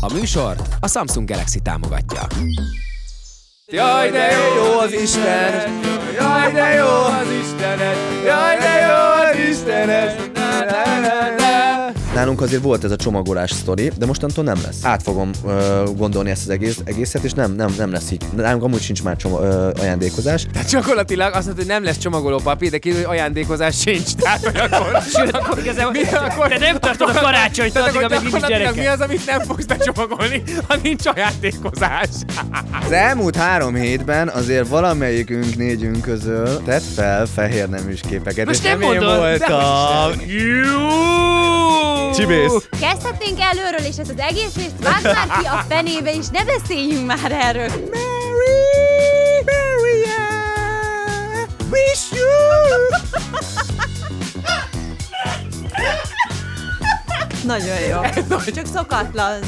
A műsor a Samsung Galaxy támogatja. Jaj, de jó az Isten! Jaj, de jó az Istenet! Jaj, de jó az Istenet! Na, na, na, na. Nálunk azért volt ez a csomagolás sztori, de mostantól nem lesz. Át fogom ö, gondolni ezt az egész, egészet, és nem, nem, nem lesz így. Nálunk amúgy sincs már csoma, ö, ajándékozás. Tehát gyakorlatilag azt mondta, hogy nem lesz csomagoló papír, de kiderül, hogy ajándékozás sincs. Tehát, hogy akkor... Sőt, akkor Igazából, mi, akkor te nem tartod a karácsonyt, tehát addig, akkor amíg nincs gyakorlatilag mi gyereke. az, amit nem fogsz becsomagolni, ha nincs ajándékozás? Az elmúlt három hétben azért valamelyikünk négyünk közül tett fel fehér neműs képeket, Most és nem nem én mondod, de voltam. Csibész. Kezdhetnénk előről, és ez az egész részt vágd már ki a fenébe, és ne beszéljünk már erről. Wish you! Nagyon jó. Csak szokatlan.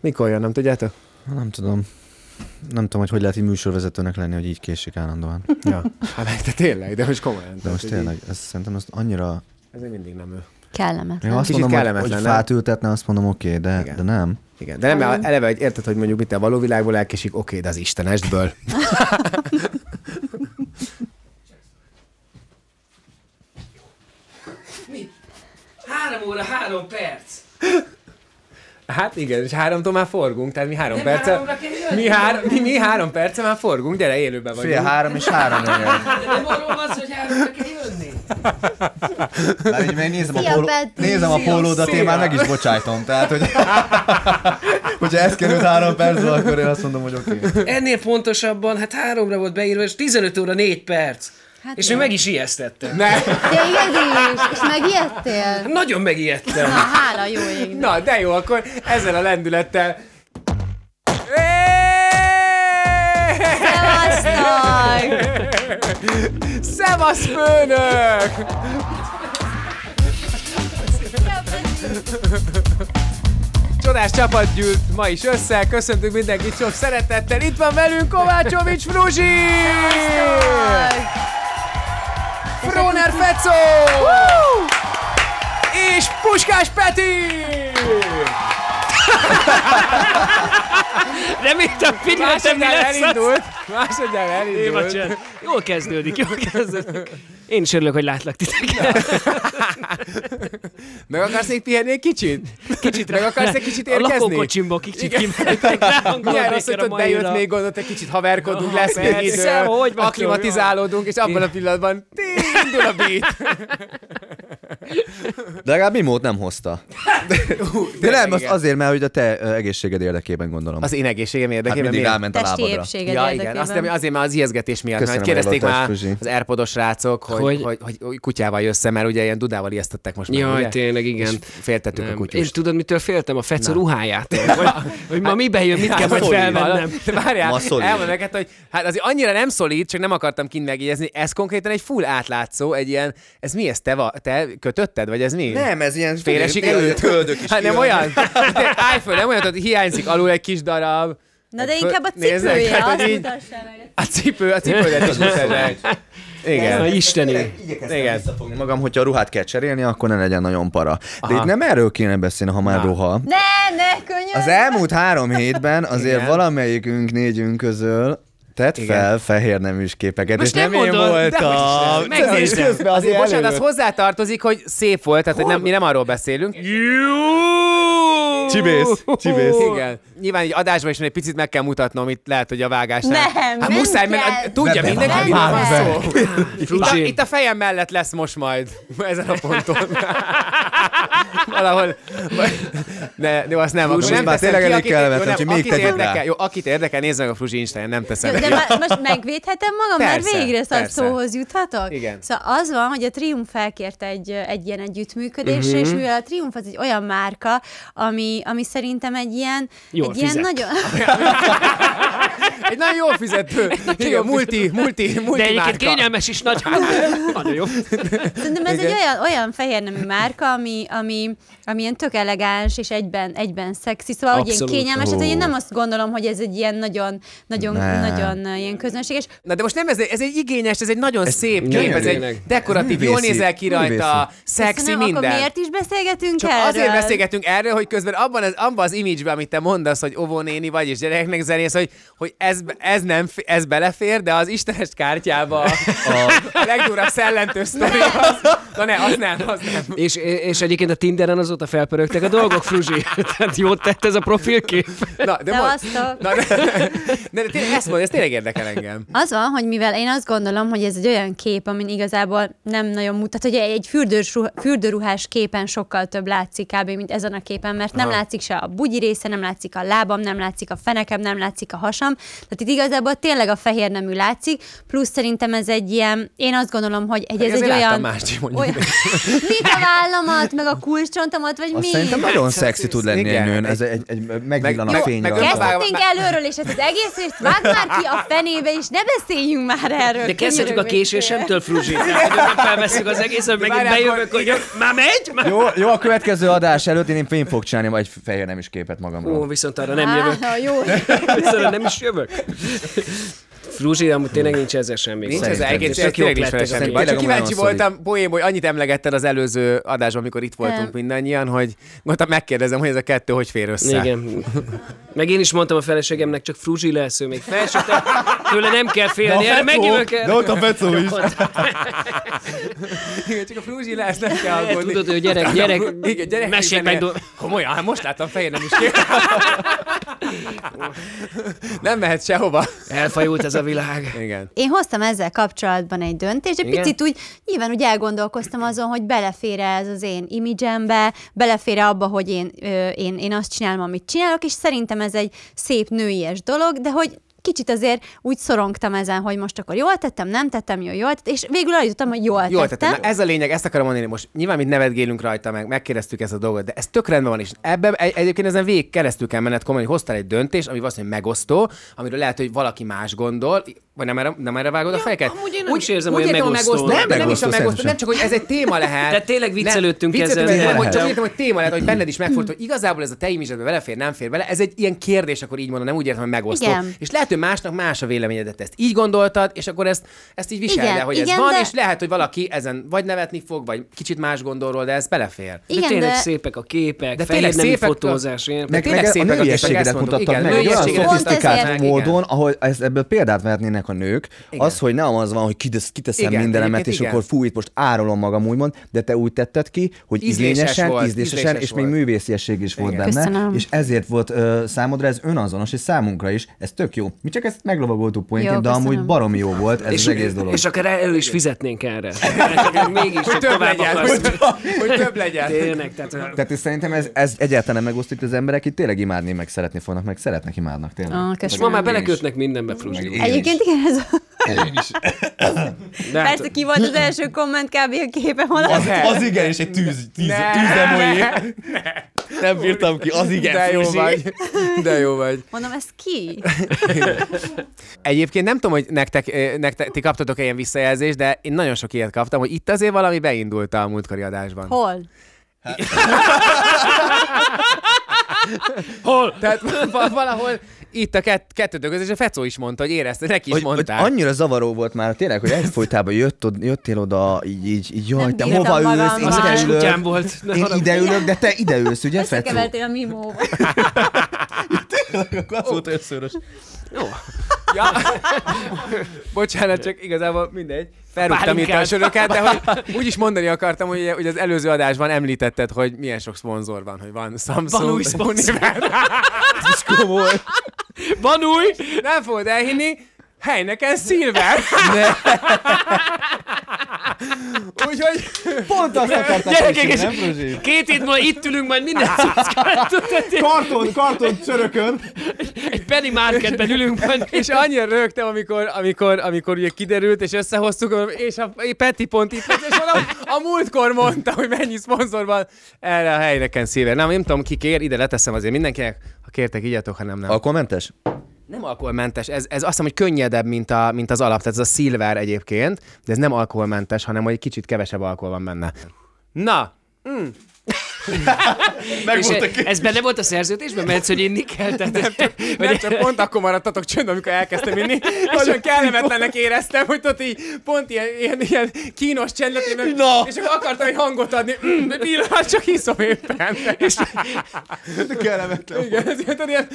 Mikor jön, nem tudjátok? Nem tudom. Nem tudom, hogy hogy lehet így műsorvezetőnek lenni, hogy így késik állandóan. Ja. Hát meg, de tényleg, de most komolyan. De tehát, most hogy tényleg, ez szerintem azt annyira... így- Ez még mindig nem ő. Én Kellemetlen. azt Kicsit mondom, hogy, hogy kellemetlen, nem? fát ültetne, azt mondom, oké, okay, de, Igen. de nem. Igen, de nem, eleve egy érted, hogy mondjuk mit a való világból elkésik, oké, de az istenestből. Három óra, három perc. Hát igen, és háromtól már forgunk, tehát mi három Nem, háromra perce... kell jönnöm. Mi, hár, mi, mi három perce már forgunk, gyere, élőben vagyunk. Fél három és három negyed. De nem arról van szó, hogy háromra kell jönni. Már így még nézem a, Szia, póló, Peti! nézem a Szia! pólódat, én Szia! már meg is bocsájtom. Tehát, hogy... Hogyha ez került három percbe, akkor én azt mondom, hogy oké. Okay. Ennél pontosabban, hát háromra volt beírva, és 15 óra 4 perc. Hát és jó. még meg is ijesztettem. Téged is, és megijedtél? Nagyon megijedtem. Na, hála jó égnek. Na, de jó, akkor ezzel a lendülettel... Szevasztok! Szevasz, főnök! Csodás csapat gyűlt ma is össze, köszöntünk mindenkit sok szeretettel, itt van velünk Kovácsovics Fruzsi! Fróner Fecó! És Puskás Peti! Reméltem, pillanatban mi Másodjára lesz az. elindult! Másodjára Éva elindult! csend. Jól kezdődik, jól kezdődik. Én is örülök, hogy látlak titeket. Meg akarsz még pihenni egy kicsit? Kicsit Meg akarsz egy kicsit A érkezni? lakókocsimból kicsit kimentek, ráhangolódnék Milyen rossz, hogy erre a ott mai bejött napra. még gondolt, egy kicsit haverkodunk, lesz Persze, még idő, hogy vagytok, aklimatizálódunk, és abban a pillanatban tí- indul a beat. De legalább Mimót nem hozta. De nem, az azért, mert hogy a te ö, egészséged érdekében gondolom. Az én egészségem Hát érdekében. mindig miért? ráment a Testi lábadra. épséged Ja, igen, érdekében. azt nem, azért már az ijeszgetés miatt, Köszönöm mert kérdezték a már javítást, Fruzsi. az Airpodos srácok, hogy, hogy... Hogy- Hogy, hogy, kutyával jössz mert ugye ilyen dudával ijesztettek most már, Jaj, ugye? tényleg, igen. És féltettük a Nem. Én kutyust. tudod, mitől féltem? A fecó ruhájától. Hogy, hogy ma miben jön, mit kell majd szolid. felvennem. Hát De várjál, Ma szolid. elmondom neked, hogy hát azért annyira nem szolid, csak nem akartam kint megjegyezni, ez konkrétan egy full átlátszó, egy ilyen, ez mi, ez te, va, te kötötted, vagy ez mi? Nem, ez ilyen Félre sikerült? Köldök is Hát nem kijön. olyan? De Állj föl, nem olyan, hogy hiányzik alul egy kis darab. Na de inkább a Nézzek, cipője, hát, hogy azt így- mutassa meg. A cipő, a cipődet is mutasd Na, Igen. Isteni. Igen. Igen. visszafogni magam, hogyha a ruhát kell cserélni, akkor ne legyen nagyon para. De itt nem erről kéne beszélni, ha már Na. ruha. Ne, ne, könyörgöm! Az elmúlt három hétben azért Igen. valamelyikünk négyünk közül tett Igen. fel fehér neműs képeket, Most és nem, nem én mondod, voltam. dehogy is nem. Megnéztem. És közben Azért bocsánat, az előtt. hozzátartozik, hogy szép volt, tehát hogy nem, mi nem arról beszélünk. Csibész, csibész. Igen. Nyilván egy adásban is egy picit meg kell mutatnom, itt lehet, hogy a vágásnál. Nem, hát nem muszáj, kell. mert tudja Ne, ne, mindenki, ne, miről ne, van ne. szó. Itt a, Fruzsi. itt a fejem mellett lesz most majd, ezen a ponton. Valahol. Ne, jó, azt nem. Akkor Fruzsi, nem már teszem tényleg ki, akit, elég kellemetlen, jó, nem, hogy még akit tegyük rá. érdekel, jó, akit érdekel, nézd meg a Fruzsi Instagram, nem teszem Jó, ki. de már, most megvédhetem magam, Persze, mert végre szabad persze. szóhoz juthatok? Igen. Szóval az van, hogy a Mhm. Triumph felkérte egy, egy ilyen együttműködésre, és mivel a Triumph az egy olyan márka, ami ami, ami szerintem egy ilyen, Jól egy ilyen fizet. nagyon... Egy nagyon jól fizető. Igen, multi, multi, multi De egyébként márka. kényelmes is nagyon. nagyon jó. Szerintem ez egy olyan, olyan fehér nemű márka, ami, ami, ami ilyen tök elegáns, és egyben, egyben szexi, szóval hogy ilyen Abszolút. kényelmes. Tehát én nem azt gondolom, hogy ez egy ilyen nagyon, nagyon, Nem. nagyon uh, ilyen közönséges. Na de most nem, ez egy, ez egy igényes, ez egy nagyon ez szép nagyon kép, ez egy tényleg. dekoratív, jól Művészi. nézel ki rajta, Művészi. szexi, Köszönöm, minden. Akkor miért is beszélgetünk Csak erről? azért beszélgetünk erről, hogy közben abban az, abban az imidzsben, amit te mondasz, hogy óvónéni vagy, és gyereknek zenész, hogy, hogy ez, ez, nem, f- ez belefér, de az istenes kártyába a, a legdurabb szellentő sztori az. Na ne, az nem, az nem. És, és egyébként a Tinderen azóta felpörögtek a dolgok, Fruzsi. Tehát jót tett ez a profilkép. Na, de, De mond- azt a- Na, de, de, de tényleg, ezt mondja, ez tényleg érdekel engem. Az van, hogy mivel én azt gondolom, hogy ez egy olyan kép, amin igazából nem nagyon mutat, hogy egy fürdős ruha- fürdőruhás képen sokkal több látszik kb. mint ezen a képen, mert nem látszik se a bugyi része, nem látszik a lábam, nem látszik a fenekem, nem látszik a hasam. Tehát itt igazából tényleg a fehér nemű látszik, plusz szerintem ez egy ilyen, én azt gondolom, hogy egy, ez Azért egy láttam olyan... Márcsi, mondjuk. olyan mit a vállamat, meg a kulcscsontomat, vagy Azt mi? szerintem nagyon szexi tud lenni Hát, igen. egy nőn, ez egy, egy, egy megvillan a Meg- fény meg- rajta. meg- Kezdhetnénk előről, és ez az egész részt vágd már ki a fenébe, és ne beszéljünk már erről. De kezdhetjük a könyörög, késésemtől, Fruzsi. Tehát hogy felveszünk az egészet, megint várjál, bejövök, hogy már megy? Már... Jó, jó, a következő adás előtt én fény fogok csinálni, majd egy fehér nem is képet magamról. Ó, viszont arra nem jövök. Á, jó. Viszont arra nem is jövök. Fruzsi, amúgy tényleg nincs ezzel semmi. Nincs gond. ez Szerintem. egész, ez Tök jók tényleg nincs lettek vele ezek. semmi. Tényleg baj. Csak kíváncsi nagyon szorít. voltam, poém, hogy annyit emlegetted az előző adásban, amikor itt voltunk Nem. mindannyian, hogy gondoltam megkérdezem, hogy ez a kettő hogy fér össze. Igen. Meg én is mondtam a feleségemnek, csak fruzsi lesz, ő még fel se tett. tőle nem kell félni, erre megjövök erre. a fecó is. Igen, csak a frúzsi lesz, nem kell El aggódni. Tudod, ő gyerek, gyerek, Igen, gyerek. mesélj meg. zenél. do- Komolyan, hát most láttam fején, nem is kér. Nem mehet sehova. Elfajult ez a világ. Igen. Én hoztam ezzel kapcsolatban egy döntést, egy Igen? picit úgy, nyilván úgy elgondolkoztam azon, hogy belefér ez az én imidzsembe, belefér abba, hogy én, ö, én, én azt csinálom, amit csinálok, és szerintem ez egy szép nőies dolog, de hogy kicsit azért úgy szorongtam ezen, hogy most akkor jól tettem, nem tettem, jó, jól tettem, és végül eljutottam, hogy jól, Jól tettem. tettem. Na, ez a lényeg, ezt akarom mondani. Most nyilván mit nevetgélünk rajta, meg megkérdeztük ezt a dolgot, de ez tök rendben van is. Ebben egy, egyébként ezen végig keresztül kell menned komolyan, hogy hoztál egy döntést, ami valószínűleg megosztó, amiről lehet, hogy valaki más gondol, vagy nem erre, nem erre vágod a fejeket? amúgy én nem is érzem olyan értem, hogy megosztónak. megosztó. Nem, nem is a Megosztó megosztó, szerintem nem csak, hogy ez egy téma lehet. Tehát tényleg viccelődtünk nem, ezzel. viccelődtünk, Igen. hogy csak úgy értem, hogy téma lehet, hogy benned is megfordult, hogy igazából ez a te imizsedbe belefér, nem fér bele. Ez egy ilyen kérdés, akkor így mondom, nem úgy értem, hogy megosztó. Igen. És lehet, hogy másnak más a véleményedet ezt így gondoltad, és akkor ezt, ezt így viseld Igen, el, hogy ez igen, van, de- és lehet, hogy valaki ezen vagy nevetni fog, vagy kicsit más gondolról, de ez belefér. De Igen, tényleg de szépek a képek, De de tényleg fehér nemű szépek a- fotózás. ilyen- Meg- Meg, meg tényleg a szépek a nőiességedet képek, ezt mondtuk. mutattak Igen, meg, egy olyan nőiességedet mutatták szofisztikált meg, módon, ahol ez, ebből példát vehetnének a nők, az, hogy nem az van, hogy kidesz, kiteszem Igen, igen, mindenemet, egyébként és igen. akkor fú, itt most árulom magam úgymond, de te úgy tetted ki, hogy Ízléses ízlényesen, volt, ízlésesen, ízléses és még volt. művésziesség is volt Igen. benne, Köszönöm. és ezért volt ö, számodra ez önazonos, és számunkra is, ez tök jó. Mi csak ezt meglovagoltuk Jó, poénként, de köszönöm. amúgy baromi jó volt ez és, az egész dolog. és akár el is fizetnénk erre. Tehát Mégis Hogy csak több tovább legyen, akarsz. hogy, hogy több legyen. Tényleg, tehát Tehát és szerintem ez, ez egyáltalán nem megosztít az emberek, itt tényleg imádni, meg szeretni fognak, meg szeretnek, imádnak tényleg. Ó, és köszönöm. ma már belekötnek mindenbe, Fruzsi. Meg- Egyébként igen, ez De hát- persze ki volt az első komment kb. a képen alatt. az igen, és egy tűz, tűz, Ne! Nem bírtam ki, az De jó vagy. De jó vagy. Mondom, ez ki? Egyébként nem tudom, hogy nektek, ö, nektek ti kaptatok ilyen visszajelzést, de én nagyon sok ilyet kaptam, hogy itt azért valami beindult a múltkori adásban. Hol? Hol? Tehát va- valahol itt a kett, kettőtök között, és a Fecó is mondta, hogy érezte, neki is Hogy, hogy mondták. annyira zavaró volt már tényleg, hogy egyfolytában jött, od- jöttél oda, így, így, így jaj, Nem te bírtam hova magam, ülsz, én már. ide Más kutyám ülök, volt. Ne én haragudj. ide ülök, de te ide ülsz, ugye, Fetó? Összekevertél a mimóval. Ja. Bocsánat, csak igazából mindegy. Felrúgtam itt a Pálinkát. söröket, de hogy úgy is mondani akartam, hogy, ugye- hogy az előző adásban említetted, hogy milyen sok szponzor van, hogy van Samsung. Van új szponzor. Univer- Van új! Nem fogod elhinni, Heineken Silver. Úgyhogy Pont azt akartam, Gyerekek, és két hét múlva itt ülünk, majd minden cuccát. Karton, karton csörökön. Egy Penny Marketben ülünk majd. És annyira rögtem, amikor, amikor, amikor ugye kiderült, és összehoztuk, és a Peti pont itt lesz, és mondom, a múltkor mondta, hogy mennyi szponzor van erre a helyre Ken Silver. Nem, nem tudom, ki kér, ide leteszem azért mindenkinek, ha kértek, igyatok, ha nem, nem. Alkoholmentes? Nem alkoholmentes, ez, ez azt hiszem, hogy könnyedebb, mint, a, mint az alap, tehát ez a szilver egyébként, de ez nem alkoholmentes, hanem hogy egy kicsit kevesebb alkohol van benne. Na, és e- ez benne volt a szerződésben, mert hogy inni kell. Tehát, nem, nem csak pont akkor maradtatok csöndben, amikor elkezdtem inni. Nagyon kellemetlennek éreztem, hogy ott így pont ilyen, ilyen, ilyen kínos csendet, én meg, Na. és akkor akartam egy hangot adni. Mm, de pillanat, csak iszom éppen. És Kellemetlen. igen, ez ilyen, tudod, ilyen,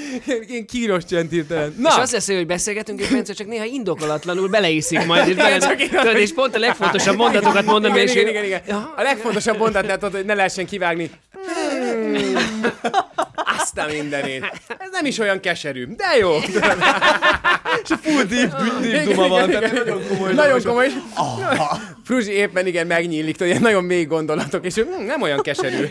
ilyen kínos csend hirtelen. Na, És azt hiszi, hogy beszélgetünk, és Bence csak néha indokolatlanul beleiszik majd. És, bele, csak igaz. tudod, és pont a legfontosabb mondatokat mondom, igen, és igen, igen, igen. A legfontosabb mondat lehet, hogy ne lehessen kivágni. Mm. Azt a mindenét. Ez nem is olyan keserű, de jó. Full deep, deep Igen, duma van, igen, tehát igen. nagyon komoly. Nagyon komoly. és- Fruzsi éppen igen megnyílik, tudod, ilyen nagyon mély gondolatok, és ő, "Hm, nem olyan keserű.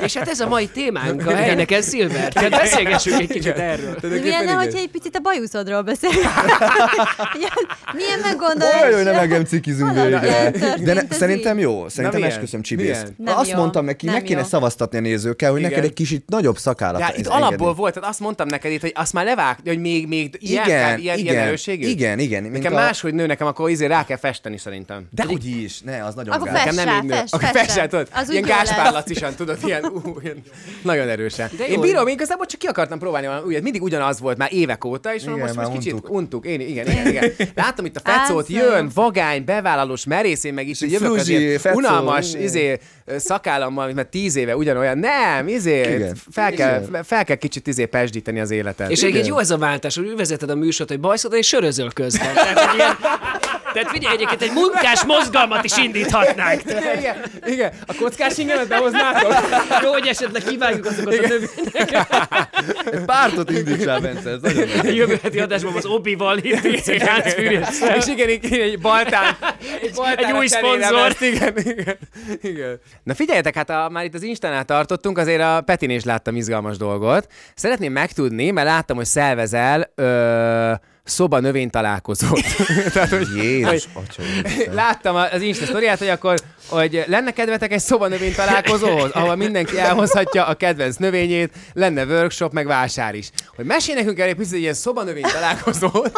És hát ez a mai témánk, a helynek ez Silver. Tehát beszélgessünk egy kicsit erről. Mi lenne, hogyha egy picit a bajuszodról beszélünk? Ilyen- Milyen Olyan, meggondolás? hogy nem engem cikizünk Valami végre. eltörtént De ne, az szerintem így. jó, szerintem milyen? esküszöm Csibész. Milyen? Nem Azt jó. mondtam neki, Nem meg kéne jó. szavaztatni a nézőkkel, hogy Igen. neked egy kicsit nagyobb szakállat. Hát itt engedni. alapból volt, tehát azt mondtam neked itt, hogy azt már levág, hogy még, még ilyen, igen, ilyen, igen, ilyen erősségű. igen, igen. mint Nekem a- máshogy nő, nekem akkor izé rá kell festeni szerintem. De hogy is, ne, az nagyon Akkor gáz. fest Nekem nem rá, így nő. fest, Akkor fest rá. fest rá, tudod, Az úgy ilyen jó lesz. Gáspár Lacisan, tudod, ilyen, ú, ilyen nagyon erősen. De én jó. bírom, én igazából csak ki akartam próbálni valami újat. Mindig ugyanaz volt már évek óta, és igen, Igen, most, már most kicsit untuk. untuk. Én, igen, igen, igen. Látom itt a fecót, Á, jön, szóval. vagány, bevállalós, merész, én meg itt És jövök az fruzsi, ilyen fecó, unalmas igen. izé, ö, szakállammal, mint már tíz éve ugyanolyan. Nem, izé, Igen. fel kell, Igen. fel kell kicsit izé pesdíteni az életet. És egyébként jó ez a váltás, hogy vezeted a műsort, hogy bajszod, és sörözöl közben. Tehát, hogy ilyen, tehát figyelj, egyébként egy munkás mozgalmat is indíthatnánk. igen, igen, a kockás ingemet behoznátok? Jó, hogy esetleg kivágjuk azokat a növényeket. Egy pártot indítsál, Bence, ez nagyon A jövő heti adásban az Obi-val itt Jánc Fűrésszel. És igen, igen, egy baltán. Egy, baltán egy új szponzor. igen, igen, igen. Na figyeljetek, hát a, már itt az Instánál tartottunk, azért a Petin is láttam izgalmas dolgot. Szeretném megtudni, mert láttam, hogy szervezel ö, szoba növény találkozót. Tehát, hogy, Jézus, hogy- atya. Láttam az Insta sztoriát, hogy akkor hogy lenne kedvetek egy szobanövény találkozóhoz, ahol mindenki elhozhatja a kedvenc növényét, lenne workshop, meg vásár is. Hogy mesélj nekünk el egy picit egy ilyen szobanövény találkozót,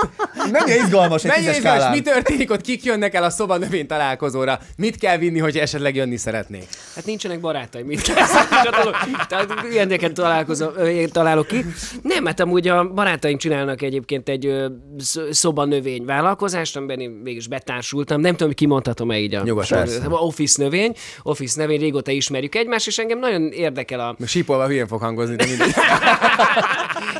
Mennyire izgalmas egy tízes Menjél és mi skálán. történik ott, kik jönnek el a szobanövény találkozóra? Mit kell vinni, hogy esetleg jönni szeretnék? Hát nincsenek barátaim, mit kezdek, csatolok. Tehát ilyeneket találkozom, ö, ilyen találok ki. Nem, hát amúgy a barátaim csinálnak egyébként egy ö, sz- szobanövény vállalkozást, amiben én mégis betársultam. Nem tudom, hogy kimondhatom-e így a... Nyugodtan. Persze. A Office növény. Office növény, régóta ismerjük egymást, és engem nagyon érdekel a... Most sípolva hülyén fog hangozni, de mindegy.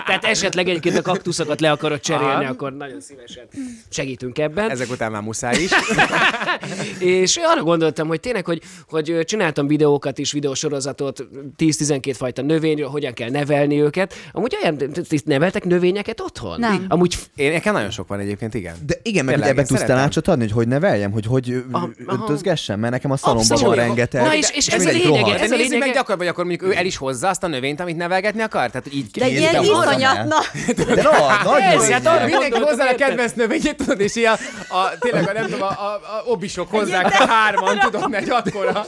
Tehát esetleg egyébként a kaktuszokat le akarod cserélni, Aha. akkor nagyon szívesen segítünk ebben. Ezek után már muszáj is. És arra gondoltam, hogy tényleg, hogy, hogy csináltam videókat is, videósorozatot, 10-12 fajta növényről, hogyan kell nevelni őket. Amúgy olyan, ti neveltek növényeket otthon? Nem. Amúgy f- Én nekem nagyon sok van egyébként, igen. De igen, meg Tényleg, ugye ebben én tudsz szeretem. tanácsot adni, hogy hogy neveljem, hogy hogy ö, Aha, aha. öntözgessem, mert nekem a szalomban Abszolút. van rengeteg. Na és- és ez a mindegy, lényege, rohadt. De Ez a nézzük meg lényege- gyakorban, akkor mondjuk ő el is hozza azt a növényt, amit nevelgetni akar? Tehát így De Én ilyen nem hozom el. iszonyat nagy. Szóval De rohadt, nagy Persze, növény. hát arra Mindenki gondoltam, hozzá a érted? kedvenc növényét, tudod, és ilyen a, a tényleg a, nem tudom, a, a, a obisok hozzák a hárman, tudod, egy akkora.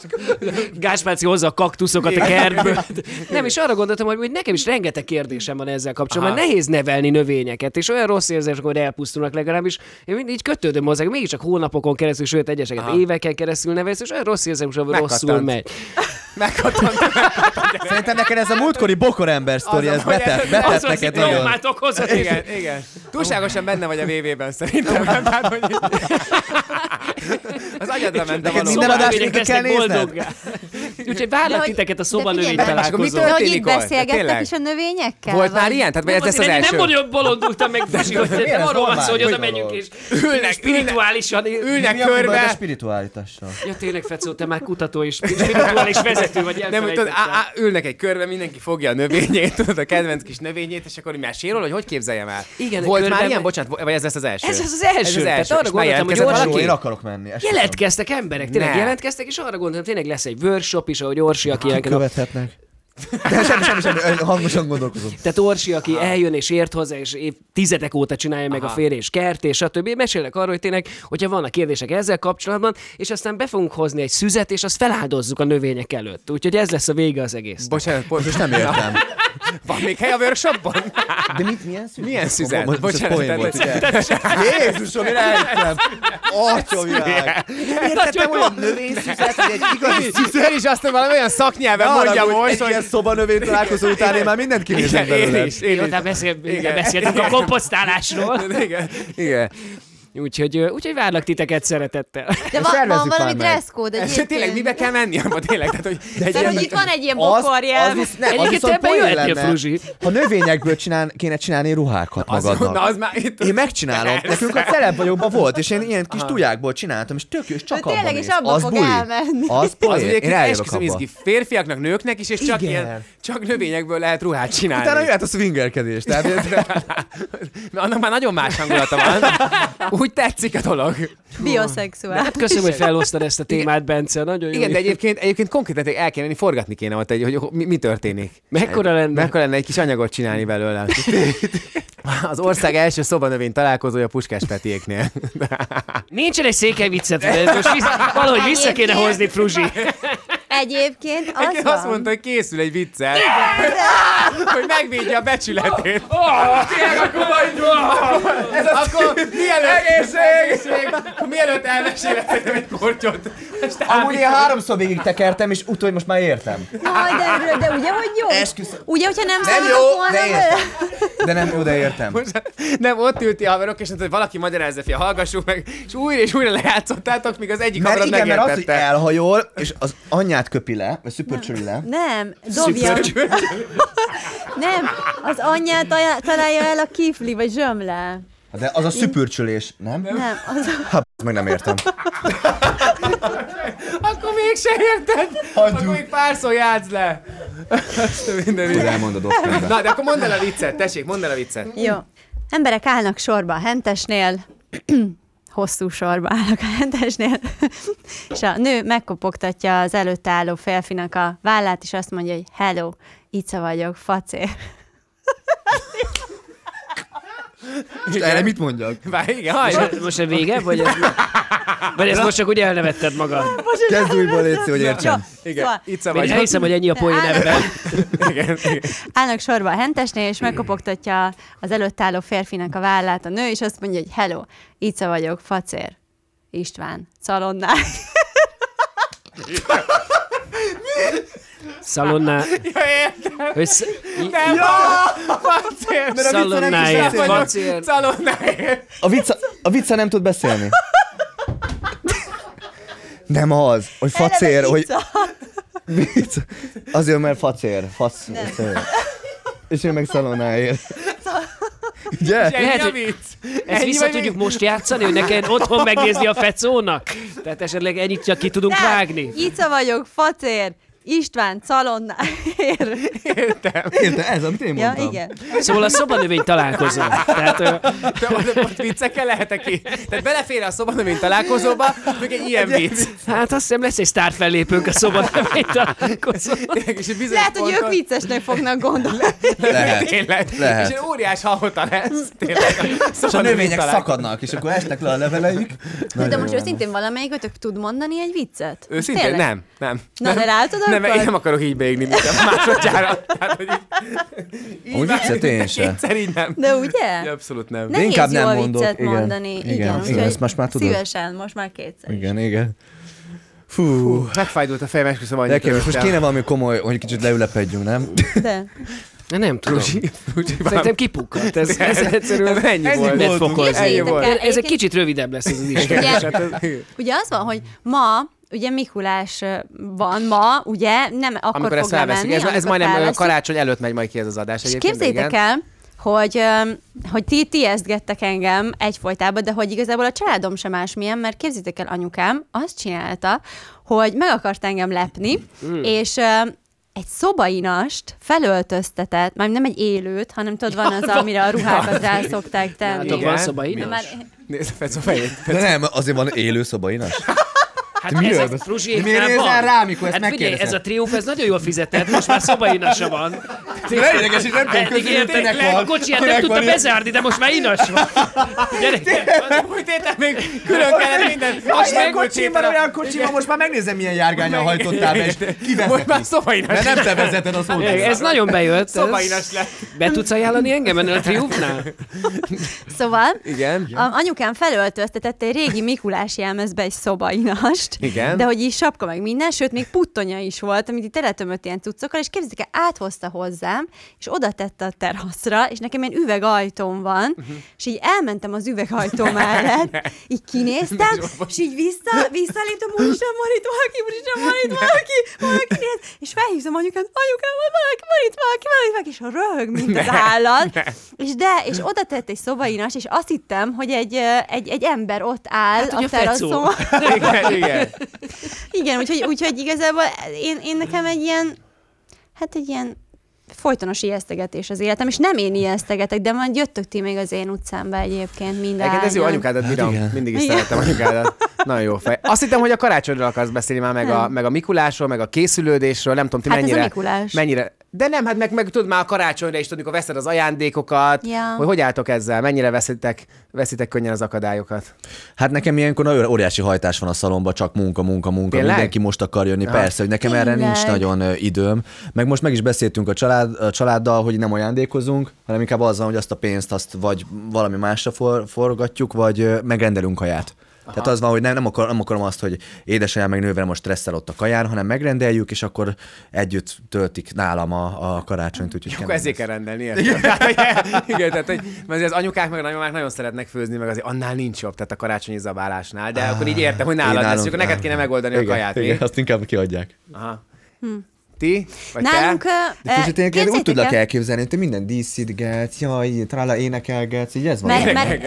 Gáspáci hozza a kaktuszokat a kertből. Nem, és arra gondoltam, hogy, hogy nekem is rengeteg kérdésem van ezzel kapcsolatban. Aha. Mert Nehéz nevelni növényeket, és olyan rossz érzés, hogy elpusztulnak legalábbis. Én mind így kötődöm hozzá, mégiscsak hónapokon keresztül, sőt egyeseket éveken keresztül nevelsz, és olyan rossz érzés, hogy rosszul Megkattant. megy. Meghattam. Szerintem neked ez a múltkori bokorember sztori, Az, ez hogy betett, ez- betett Az, hogy neked nagyon. traumát okozott. Igen, igen. Túlságosan benne vagy a VV-ben szerintem. Tehát, hogy az agyadra ment a Neked való. minden Szoba adást növények végig kell lesznek nézned? boldoggá. Úgyhogy várlak hogy- titeket a de szobanövény figyelj, Bárcsak, mi találkozó. De történt? hogy Tényleg itt olyan, de beszélgettek tényleg. is a növényekkel? Volt már vagy- ilyen? Tehát vagy ez lesz az Nem első. nagyon bolondultam meg, Fruzsi, hogy Milyen nem ez arról van szó, hogy normál? oda Hogy megyünk, és ülnek. spirituálisan. Ülnek Mi a baj a körbe. spirituálitással? Ja tényleg, Fecó, te már kutató és spirituális vezető vagy, Nem, hogy tudod, á, elfelejtettem. á, ülnek egy körbe, mindenki fogja a növényét, tudod, a kedvenc kis növényét, és akkor így mesél róla, hogy hogy képzeljem el. Igen, Volt körbe- már ilyen, bocsánat, vo- vagy ez lesz az első? Ez az az első. Ez az Tehát első. arra És már gondoltam, hogy jelentkezett Orsi- Jó, valaki? én akarok menni. esküszöm. Jelentkeztek emberek, tényleg Ne. jelentkeztek, és arra gondoltam, tényleg lesz egy workshop is, ahogy Orsi, aki Kik a követhetnek. De semmi, semmi, semmi, Ön hangosan gondolkozom. Tehát Orsi, aki eljön és ért hozzá, és évtizedek óta csinálja meg a férj és kert, és stb. Mesélek arról, hogy tényleg, hogyha vannak kérdések ezzel kapcsolatban, és aztán be fogunk hozni egy szüzet, és azt feláldozzuk a növények előtt. Úgyhogy ez lesz a vége az egész. Bocsánat, Most pont, most nem értem. van még hely a workshopban? De mit, milyen szüzet? Milyen szüzet? Most ez Bocsánat, poén volt, tehát- ugye? Jézusom, én eljöttem. Atyavilág. Értettem olyan növényszüzet, hogy egy igazi Én is azt valami olyan szaknyelven Ne mondja haragudj, most, egy ilyen hogy... szobanövény találkozó után én már mindent kinézek Igen, én belőle. is, én Jó, is. de beszél, Igen. igen. beszéltünk a komposztálásról. Igen, igen. Úgyhogy, ö, úgyhogy várlak titeket szeretettel. De van, van szervezzük valami már meg. dresszkód És egyébként. tényleg mibe kell menni abba tényleg? Tehát, hogy egy Tehát, ilyen- hogy itt van egy ilyen Az- bokorjel. az visz- nem, az Egyébként viszont ebben poén jöhetnél, lenne. Fruzsi. Ha növényekből csinál, kéne csinálni ruhákat az, magadnak. na, az már itt... Én megcsinálom. Nekünk a celeb vagyokban volt, és én ilyen kis tujákból csináltam, és tök jó, és csak De abban tényleg, és abba az fog buli. elmenni. Az Az poén. ugye Én eljövök esküszöm abba. izgi férfiaknak, nőknek is, és csak, Igen. ilyen, csak növényekből lehet ruhát csinálni. Utána jöhet a swingerkedés. Tehát ez- Mert annak már nagyon más hangulata van. Úgy tetszik a dolog. Bioszexuál. Köszönöm, hogy felhoztad ezt a témát, Bence. Nagyon jó. Igen, de egyébként, egyébként konkrétan el kell menni, forgatni kéne ott, egy, hogy mi, mi történik. Mekkora lenne? Mekkora lenne egy kis anyagot csinálni belőle. Az ország első szobanövény találkozója Puskás Petiéknél. Nincsen egy székely viccet, de most vissza, valahogy vissza kéne hozni, Fruzsi. Egyébként az Aki van. azt mondta, hogy készül egy viccel. hogy megvédje a becsületét. Ez az akkor mielőtt, egészség! mielőtt elmesélhetem egy kortyot. Hát Amúgy én háromszor végig tekertem, és utólag most már értem. Jaj, de, de ugye, hogy jó? Esküszöm. Ugye, hogyha nem, Nem nem jó, jó, volna de vele? értem. De nem jó, de értem. Nem, ott ülti a haverok, és azt, hogy valaki magyarázza, fia, hallgassuk meg, és újra és újra lejátszottátok, míg az egyik Mert haverod igen, mert az, hogy megértette. elhajol, és az anyját köpi le, vagy szüpörcsöli le. Nem, dobja. Nem, az anyját ajá- találja el a kifli, vagy zsömle. De az a szüpürcsölés, nem? Nem, az Ha, b- meg nem értem. Akkor még se érted. Akkor még párszor játsz le. Azt minden így. Elmondod ott Na, de akkor mondd el a viccet, tessék, mondd el a viccet. jó. Emberek állnak sorba a hentesnél, hosszú sorba állnak a hentesnél, és a nő megkopogtatja az előtte álló férfinak a vállát, és azt mondja, hogy hello, Ica vagyok, facér. Erre mit mondjak? Vár, igen, hajrá. Most- Most a vége? Vagy ez, vagy ez most csak úgy elnevetted magad? Kezd újból létszik, hogy Jó, értsem. Igen, szóval- itt szabad. Vagy Igen, hiszem, hogy ennyi a poén Áll- ebben. igen. Állnak sorba a hentesnél, és megkopogtatja az előtt álló férfinak a vállát a nő, és azt mondja, hogy hello, Ica vagyok, facér, István, calonnál. Szalonna, Ja, értem. hogy sz, Nem, ja! Facér! Mert a vicce nem is szalonnáért, beszél. facér. Calonnáért. A vicca, a vicca nem tud beszélni. Nem az, hogy facér, hogy vicc. Azért, mert facér, fasz. facér. És ő meg szalonáért. Ugye? Ennyi Lehet, a hogy- vicc. Ezt Ennyi vissza vagy tudjuk még? most játszani, hogy neked otthon megnézni a fecónak? Tehát esetleg ennyit csak ki tudunk vágni. Ica vagyok, facér, István, calonnál. Értem. Érted? Ez, amit én ja, mondtam. igen. Szóval a szobanövény találkozó. Tehát, ö, De ott- ott viccekkel lehetek ki. Tehát belefér a szobanövény találkozóba, még egy ilyen vicc. hát azt hiszem lesz egy sztár fellépőnk a szobanövény találkozó. Tényleg, és egy bizonyos Lehet, hogy ők ponton- viccesnek fognak gondolni. Lehet. Tényleg. Lehet. És egy óriás halota lesz. Tényleg. És a növények szakadnak, és akkor esnek le a leveleik. De most őszintén valamelyikőtök tud mondani egy viccet? Őszintén? Tényleg? Nem, nem. Na, de látod Nem, akkor? én nem akarok így beégni, mint a másodjára. Tehát, hogy így- így Amúgy már- viccet én de se. Kétszer így nem. De ugye? Ja, Abszolút nem. Nehéz inkább nem jól mondok, viccet igen. mondani. Igen, Igen, igen, úgyhogy ezt most már tudod. Szívesen, most már kétszer. is. Igen, igen. Fú, Megfájdult a fejem, esküszöm, hogy elképes. Most kéne valami komoly, hogy kicsit leülepedjünk, nem? De. Na, Nem tudom. Szerintem Szerintem kipukkadt. Ez, ez egyszerűen Ez ennyi volt. megfokolt. Ennyi volt. Érdekel. Ez egy kicsit rövidebb lesz ez az is. Ugye, ugye az van, hogy ma ugye Mikulás ö, van ma, ugye, nem akkor Amikor ezt fog lemenni, felveszik, ez, ez amikor majdnem a felveszik. karácsony előtt megy majd ki ez az adás És egyébként. de képzétek igen. el, hogy, öm, hogy ti, ti esztgettek engem egyfolytában, de hogy igazából a családom sem másmilyen, mert képzétek el, anyukám azt csinálta, hogy meg akart engem lepni, Hmm. és öm, egy szobainast felöltöztetett, már nem egy élőt, hanem tudod, van az, amire a ruhákat rá szokták tenni. Tudok, van hát Igen. szobai? Mi? Már, Nézd fel a fejét. De nem, azért van élő szobainas. Hát Te miről ez a beszélsz? Fruzsi De miért éknál nézel van. rám, mikor ezt hát figyelj, ez megkérdezem? a triumf, ez nagyon jól fizetett, most már szobaina se van. Hát, Ne idegesíts, nem tudom Eddig közülni, értek, kinek le, van. kocsiját hát nem Kinek tudta van ilyen- bezárni, de most már inas van. Gyerekek, Múlt héten még külön kellett minden. Most meg megmúlt kocsim héten van, a- olyan kocsim van, most már megnézem, milyen járgányra hajtottál be, és Most kivezetik. már szobainas. Mert nem te vezeted a szót. ez nagyon bejött. ez- Szobainas lett. Be tudsz ajánlani engem ennél a triumfnál? Szóval Igen. a, anyukám felöltöztetett egy régi Mikulás jelmezbe egy szobainast. Igen. De hogy így sapka meg minden, sőt még puttonya is volt, amit itt teletömött ilyen cuccokkal, és képzeljük el, áthozta hozzám, és oda tette a teraszra, és nekem ilyen üvegajtóm van, uh-huh. és így elmentem az üvegajtó mellett, így kinéztem, és így vissza, visszaléptem, úristen, van itt valaki, úristen, van itt valaki, valaki néz, és felhívtam anyukát, anyukám, van valaki, van itt valaki, van itt valaki, és röhög, mint az állat, és de, és oda tett egy szobainas, és azt hittem, hogy egy, ö, egy, egy ember ott áll Hát, ugye a fecó. teraszon. Igen, igen. Igen, úgyhogy, úgyhogy igazából én, én nekem egy ilyen, hát egy ilyen folytonos ijesztegetés az életem, és nem én ijesztegetek, de majd jöttök ti még az én utcámba egyébként minden. Egyébként ez jó, anyukádat bírom. igen. Mindig is Igen. szerettem anyukádat. Nagyon jó fej. Azt hittem, hogy a karácsonyról akarsz beszélni már, meg a, meg a Mikulásról, meg a készülődésről, nem tudom, ti Hát ez a mennyire. Mikulás. Mennyire. De nem, hát meg, meg tudod már a karácsonyra is, tudod, amikor veszed az ajándékokat, Ja. hogy hogy álltok ezzel, mennyire veszitek, veszitek könnyen az akadályokat. Hát nekem ilyenkor nagyon óriási hajtás van a szalomba, csak munka, munka, munka. Tényleg? Ah, Mindenki most akar jönni, persze, hogy nekem erre Tényleg. nincs nagyon ö, időm. Meg most meg is beszéltünk a, család, a családdal, hogy nem ajándékozunk, hanem inkább az van, hogy azt a pénzt azt vagy valami másra for, forgatjuk, vagy ö, megrendelünk kaját. Aha. Tehát az van, hogy nem, nem, akar, nem akarom azt, hogy édesanyám meg nővérem most stresszel ott a kaján, hanem megrendeljük, és akkor együtt töltik nálam a, a karácsonyt. Úgyhogy Akkor kemény ezért lesz. kell rendelni. érted? Tehát, hogy- Igen, tehát, hogy, mert azért az anyukák meg a nagymamák nagyon szeretnek főzni, meg azért annál nincs jobb, tehát a karácsonyi zabálásnál, de akkor így értem, hogy nálad lesz, nálunk- és akkor neked kéne megoldani a kaját. igen, mi? igen, azt inkább kiadják. Aha. Ti? Vagy Nálunk... te? De Fuzsi, tényleg én úgy képzeljétek tudlak el- elképzelni, hogy te minden díszítgetsz, jaj, trála énekelgetsz, így ez van. Mert, mert,